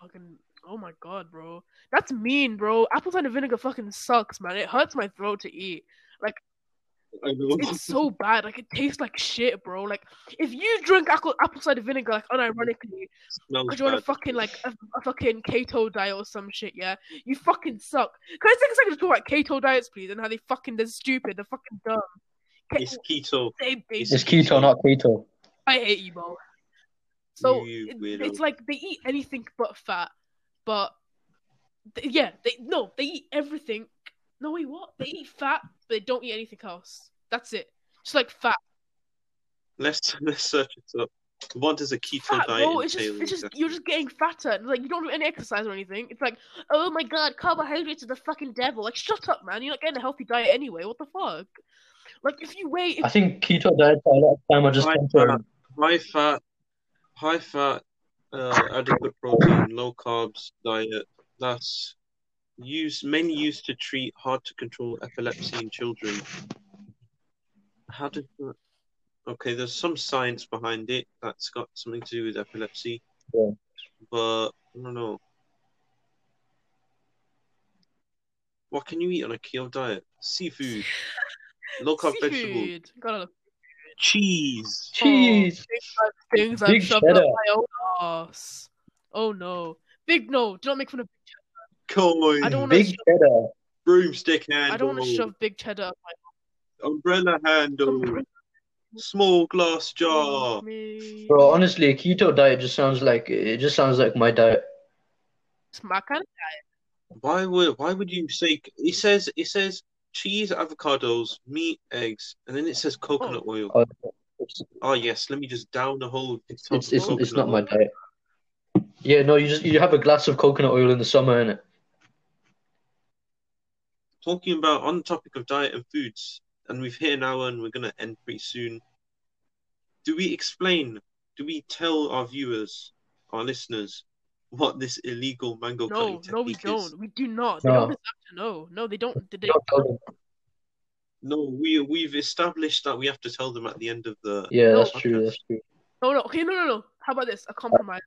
Speaker 3: Fucking, oh my god, bro. That's mean, bro. Apple cider vinegar fucking sucks, man. It hurts my throat to eat.
Speaker 2: I know.
Speaker 3: It's so bad. Like it tastes like shit, bro. Like if you drink apple, apple cider vinegar, like unironically,
Speaker 2: Smells
Speaker 3: because you're on a
Speaker 2: bad.
Speaker 3: fucking like a, a fucking keto diet or some shit, yeah, you fucking suck. Can I take a second to talk about keto diets, please, and how they fucking they're stupid, they're fucking dumb. Ke-
Speaker 2: It's keto.
Speaker 3: they, they,
Speaker 2: it's-
Speaker 1: It's keto, not keto.
Speaker 3: I hate you, bro. So
Speaker 2: You
Speaker 3: it-
Speaker 2: weirdo.
Speaker 3: it's like they eat anything but fat, but th- yeah, they no, they eat everything. No, wait, what? They eat fat, but they don't eat anything else. That's it. Just like fat,
Speaker 2: Let's let's search it up. What does a keto
Speaker 3: fat,
Speaker 2: diet entail?
Speaker 3: bro. It's just, it's just
Speaker 2: exactly?
Speaker 3: you're just getting fatter. and, Like you don't do any exercise or anything. It's like, oh my god, carbohydrates are the fucking devil. Like shut up, man. You're not getting a healthy diet anyway. What the fuck? Like if you wait,
Speaker 1: I
Speaker 3: if
Speaker 1: think keto diets a lot of time are just
Speaker 2: Right,
Speaker 1: temporary.
Speaker 2: high fat, high fat, uh, adequate protein, low carbs diet. That's used mainly used to treat hard to control epilepsy in children. How did that? Okay, there's some science behind it that's got something to do with epilepsy,
Speaker 1: Yeah.
Speaker 2: Oh, but I don't know. What can you eat on a keto diet? Seafood, low carb vegetables,
Speaker 3: seafood, gotta love
Speaker 2: cheese.
Speaker 1: Jeez.
Speaker 3: things
Speaker 1: Big
Speaker 3: I've shoved up
Speaker 1: cheddar.
Speaker 3: my own ass. Oh no, big no! Do not make fun of.
Speaker 2: Coin.
Speaker 3: I don't wanna
Speaker 1: Big
Speaker 3: shove-
Speaker 1: cheddar.
Speaker 2: broomstick handle,
Speaker 3: I don't want to shove big cheddar up my.
Speaker 2: umbrella handle, small glass jar.
Speaker 3: Me.
Speaker 1: Bro, honestly, a keto diet just sounds like it just sounds like my diet.
Speaker 3: It's my kind of-
Speaker 2: Why would why would you say it says it says cheese, avocados, meat, eggs, and then it says coconut
Speaker 3: Oh.
Speaker 2: oil.
Speaker 1: Uh, It's
Speaker 2: Oh yes, let me just down the whole tub
Speaker 1: it's it's,
Speaker 2: of
Speaker 1: it's not
Speaker 2: coconut
Speaker 1: my diet. Yeah, no, you just you have a glass of coconut oil in the summer, innit?
Speaker 2: oil. Talking about on the topic of diet and foods, and we've hit an hour and we're gonna end pretty soon. Do we explain? Do we tell our viewers, our listeners, what this illegal mango
Speaker 3: No,
Speaker 2: cutting
Speaker 3: no, we
Speaker 2: technique is?
Speaker 3: don't. We do not. They
Speaker 1: No.
Speaker 3: don't deserve to know. No, they don't. They, they,
Speaker 1: Don't tell them.
Speaker 2: No, we we've established that we have to tell them at the end of the.
Speaker 1: Yeah,
Speaker 3: No.
Speaker 1: that's true. That's true.
Speaker 3: no, no. Okay, no, no, no. How about this? A compromise.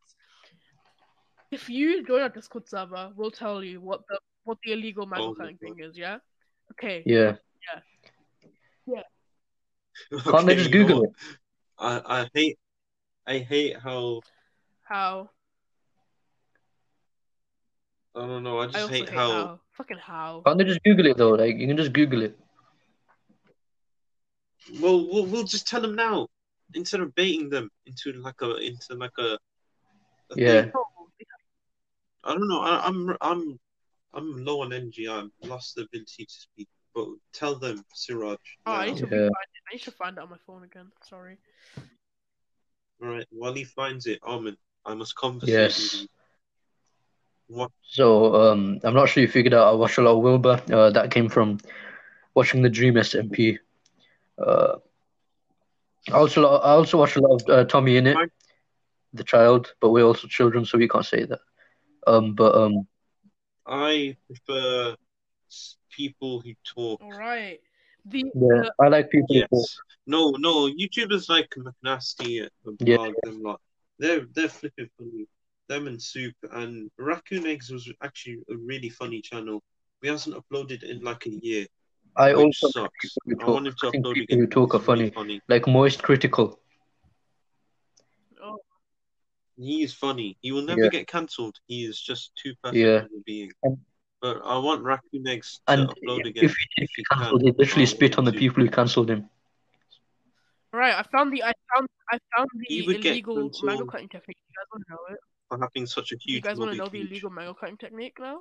Speaker 3: If you join our Discord server, we'll tell you what the what the illegal mango
Speaker 2: Oh,
Speaker 3: cutting
Speaker 2: God.
Speaker 3: thing is. Yeah. Okay.
Speaker 1: Yeah, can't they
Speaker 2: Okay,
Speaker 1: just
Speaker 2: you know
Speaker 1: Google
Speaker 2: what?
Speaker 1: it?
Speaker 2: I, I hate, I hate how
Speaker 3: How?
Speaker 2: I don't know. I just
Speaker 3: I also
Speaker 2: hate,
Speaker 3: hate
Speaker 2: how,
Speaker 3: how. Fucking how.
Speaker 1: Can't they just Google it though? Like you can just Google it.
Speaker 2: Well, we'll we'll just tell them now instead of baiting them into like a into like a. a
Speaker 1: Yeah.
Speaker 2: thing. I don't know. I, I'm I'm I'm low on energy. I've lost the ability to speak. But tell them, Siraj.
Speaker 3: Oh, I
Speaker 2: now.
Speaker 3: need to
Speaker 1: Yeah.
Speaker 3: find it. I need to find it on my phone again. Sorry.
Speaker 2: All right. While he finds it, Armin, I must conversate with
Speaker 1: Yes.
Speaker 2: you. What?
Speaker 1: So um, I'm not sure you figured out. I watch a lot of Wilbur. Uh, that came from watching the Dream SMP. Uh, I also lo- I also watch a lot of uh, Tommy in it,
Speaker 2: Right.
Speaker 1: the child. But we're also children, so we can't say that. Um, but um,
Speaker 2: I prefer s- people who talk.
Speaker 3: All right. The
Speaker 1: yeah, I like people.
Speaker 2: Yes. No, no, YouTubers like McNasty and
Speaker 1: Yeah.
Speaker 2: Bog, them lot. They're they're flipping funny. Them and Soup and Raccoon Eggs was actually a really funny channel. We hasn't uploaded in like a year,
Speaker 1: I
Speaker 2: which
Speaker 1: also like
Speaker 2: sucks.
Speaker 1: people who
Speaker 2: I
Speaker 1: talk.
Speaker 2: wanted to
Speaker 1: I think
Speaker 2: upload
Speaker 1: people
Speaker 2: again.
Speaker 1: who talk
Speaker 2: It's
Speaker 1: are
Speaker 2: really
Speaker 1: funny.
Speaker 2: funny.
Speaker 1: like Moist Critical.
Speaker 3: oh,
Speaker 2: He is funny. He will never
Speaker 1: Yeah.
Speaker 2: get cancelled. He is just too perfect
Speaker 1: Yeah.
Speaker 2: of a being.
Speaker 1: And-
Speaker 2: But I want Raccoon Eggs to
Speaker 1: And
Speaker 2: upload
Speaker 1: if
Speaker 2: again.
Speaker 1: he if
Speaker 2: he
Speaker 1: he
Speaker 2: can,
Speaker 1: cancelled, he literally
Speaker 2: I'll
Speaker 1: spit on the
Speaker 2: do.
Speaker 1: people who cancelled him.
Speaker 3: all right. I found the. I found. I found
Speaker 2: You
Speaker 3: the
Speaker 2: would get
Speaker 3: illegal
Speaker 2: control.
Speaker 3: mango cutting technique. You guys want to know it?
Speaker 2: for having such a huge
Speaker 3: you guys want to
Speaker 2: lobby
Speaker 3: know the
Speaker 2: huge.
Speaker 3: illegal mango cutting technique now?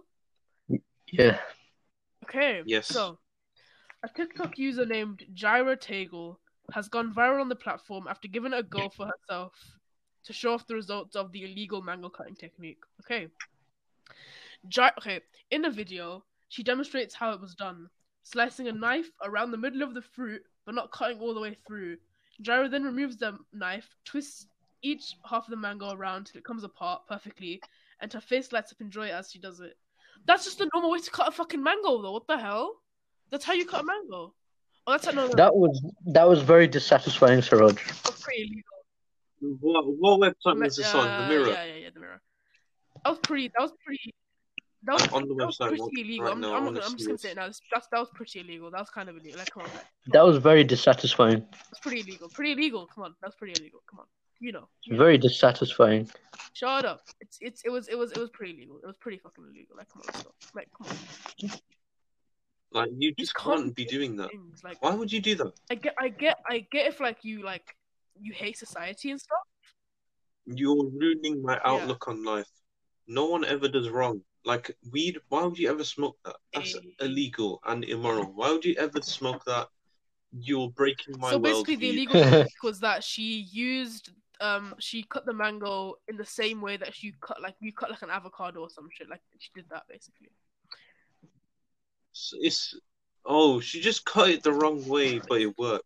Speaker 1: Yeah,
Speaker 3: Okay.
Speaker 2: Yes.
Speaker 3: So, a TikTok user named Gyra Tagel has gone viral on the platform after giving it a go for herself. to show off the results of the illegal mango cutting technique. Okay. Jar- okay. In the video, she demonstrates how it was done, slicing a knife around the middle of the fruit, but not cutting all the way through. Gyro then removes the knife, twists each half of the mango around till it comes apart perfectly, and her face lights up in joy as she does it. That's just the normal way to cut a fucking mango, though. What the hell? That's how you cut a mango. Oh, that's not no, no,
Speaker 1: That was that was very dissatisfying, Siraj.
Speaker 3: that's pretty illegal.
Speaker 2: What, what website was this on?
Speaker 3: Uh,
Speaker 2: The Mirror.
Speaker 3: Yeah, yeah, yeah, the mirror. That was pretty. That was pretty. That was,
Speaker 2: I'm on the
Speaker 3: that was
Speaker 2: website
Speaker 3: pretty
Speaker 2: right
Speaker 3: illegal. I'm,
Speaker 2: now, I
Speaker 3: I'm, not
Speaker 2: wanna
Speaker 3: gonna, I'm just
Speaker 2: see
Speaker 3: gonna
Speaker 2: this.
Speaker 3: say it now. That's, that's that was pretty illegal. That was kind of illegal. Like, come on, that's
Speaker 1: That was very dissatisfying.
Speaker 3: pretty illegal. Pretty illegal. Come on, that's pretty illegal. Come on, you know. you know.
Speaker 1: Very dissatisfying.
Speaker 3: Shut up. It's it's it was it was it was pretty illegal. It was pretty fucking illegal. Like, come on, let's go. like come on.
Speaker 2: Like you just
Speaker 3: can't
Speaker 2: can't, be
Speaker 3: do
Speaker 2: doing that.
Speaker 3: Things like
Speaker 2: Why would you do that?
Speaker 3: I get I get I get if like you like you hate society and stuff.
Speaker 2: You're ruining my
Speaker 3: Yeah.
Speaker 2: outlook on life. No one ever does wrong. Like weed, why would you ever smoke that? That's
Speaker 3: Eh.
Speaker 2: illegal and immoral. Why would you ever smoke that? You're breaking my
Speaker 3: so
Speaker 2: world.
Speaker 3: basically, the
Speaker 2: view.
Speaker 3: illegal technique was that she used um she cut the mango in the same way that she cut like you cut like an avocado or some shit. Like she did that basically.
Speaker 2: S- It's oh, she just cut it the wrong way, but it worked.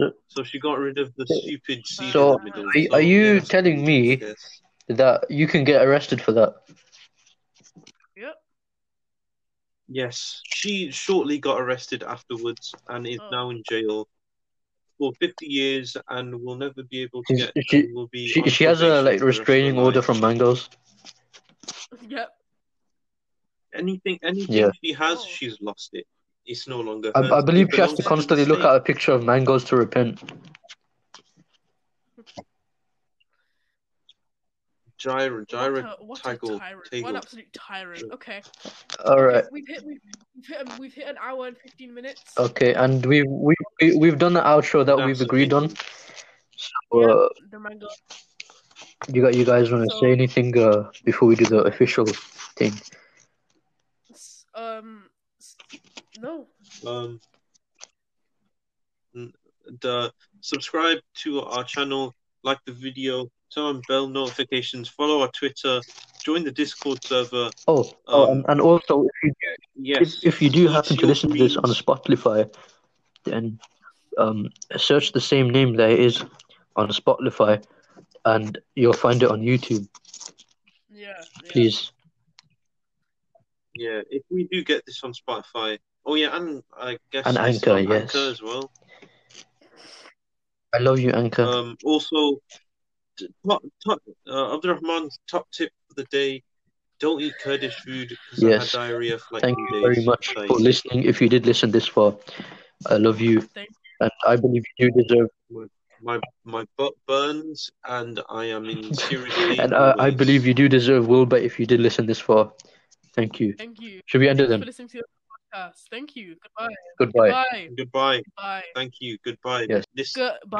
Speaker 1: So-
Speaker 2: So she got rid of the stupid seed
Speaker 1: So,
Speaker 2: in the middle.
Speaker 1: are-
Speaker 2: So,
Speaker 1: are you
Speaker 2: yes,
Speaker 1: telling me-
Speaker 2: yes.
Speaker 1: That you can get arrested for that.
Speaker 3: Yep.
Speaker 2: Yes, she shortly got arrested afterwards and is
Speaker 3: Oh.
Speaker 2: now in jail for 50 years and will never be able to
Speaker 1: She's-
Speaker 2: get.
Speaker 1: she-
Speaker 2: and will be
Speaker 1: She
Speaker 2: on
Speaker 1: she has a
Speaker 2: probation
Speaker 1: like
Speaker 2: for the rest of her
Speaker 1: restraining order
Speaker 2: life.
Speaker 1: from Mangoes.
Speaker 3: Yep.
Speaker 2: anything. Anything
Speaker 1: Yeah.
Speaker 2: she has,
Speaker 3: Oh.
Speaker 2: she's lost it. It's no longer.
Speaker 1: I,
Speaker 2: hers.
Speaker 1: I believe
Speaker 2: It
Speaker 1: she has to
Speaker 2: belongs
Speaker 1: constantly
Speaker 2: the
Speaker 1: look at a picture of Mangoes to repent.
Speaker 2: state. Gyro,
Speaker 3: What
Speaker 2: gyro.
Speaker 3: a, what a
Speaker 2: Tygel-
Speaker 3: tyrant!
Speaker 2: Tygel.
Speaker 3: What an absolute tyrant. Okay.
Speaker 1: All right.
Speaker 3: We've hit we've, we've hit we've hit an hour and fifteen minutes.
Speaker 1: Okay, and we've we, we, we've done the outro that we've agreed on. So
Speaker 3: Yep,
Speaker 1: uh,
Speaker 3: the mango.
Speaker 1: you got you guys want to
Speaker 3: So-
Speaker 1: say anything uh, before we do the official thing?
Speaker 3: S- Um. s- No.
Speaker 2: Um, n- the subscribe to our channel, like the video, turn on bell notifications, follow our Twitter, join the Discord server.
Speaker 1: Oh, oh
Speaker 2: Um,
Speaker 1: and, and also if you do,
Speaker 2: Yes,
Speaker 1: if, if you do happen to
Speaker 2: your
Speaker 1: listen to this on
Speaker 2: dreams.
Speaker 1: Spotify, then um, search the same name there is on Spotify, and you'll find it on YouTube.
Speaker 3: Yeah. yeah.
Speaker 1: Please,
Speaker 2: Yeah, if we do get this on Spotify, oh yeah, and I guess
Speaker 1: And
Speaker 2: it's
Speaker 1: Anchor,
Speaker 2: on
Speaker 1: yes.
Speaker 2: Anchor as well.
Speaker 1: I love you, Anchor.
Speaker 2: Um, also, t- top, top, uh, Abdurrahman's top tip for the day: don't eat Kurdish food because
Speaker 1: Yes.
Speaker 2: I had diarrhea for like
Speaker 1: Thank
Speaker 2: two
Speaker 1: you
Speaker 2: days.
Speaker 1: very much
Speaker 2: Like,
Speaker 1: for listening. If you did listen this far, I love you,
Speaker 3: Thank
Speaker 1: and I believe you do deserve.
Speaker 2: my my butt burns and I am in serious pain.
Speaker 1: And I, I
Speaker 2: always.
Speaker 1: believe you do deserve will, but if you did listen this far, thank you.
Speaker 3: Thank you.
Speaker 1: Should we end it
Speaker 3: Thanks for
Speaker 1: then?
Speaker 3: listening to the podcast. Thank you. Goodbye.
Speaker 1: Goodbye.
Speaker 3: Bye.
Speaker 2: Goodbye.
Speaker 3: Bye.
Speaker 2: Thank you. Goodbye.
Speaker 1: Yes.
Speaker 2: This
Speaker 3: Goodbye.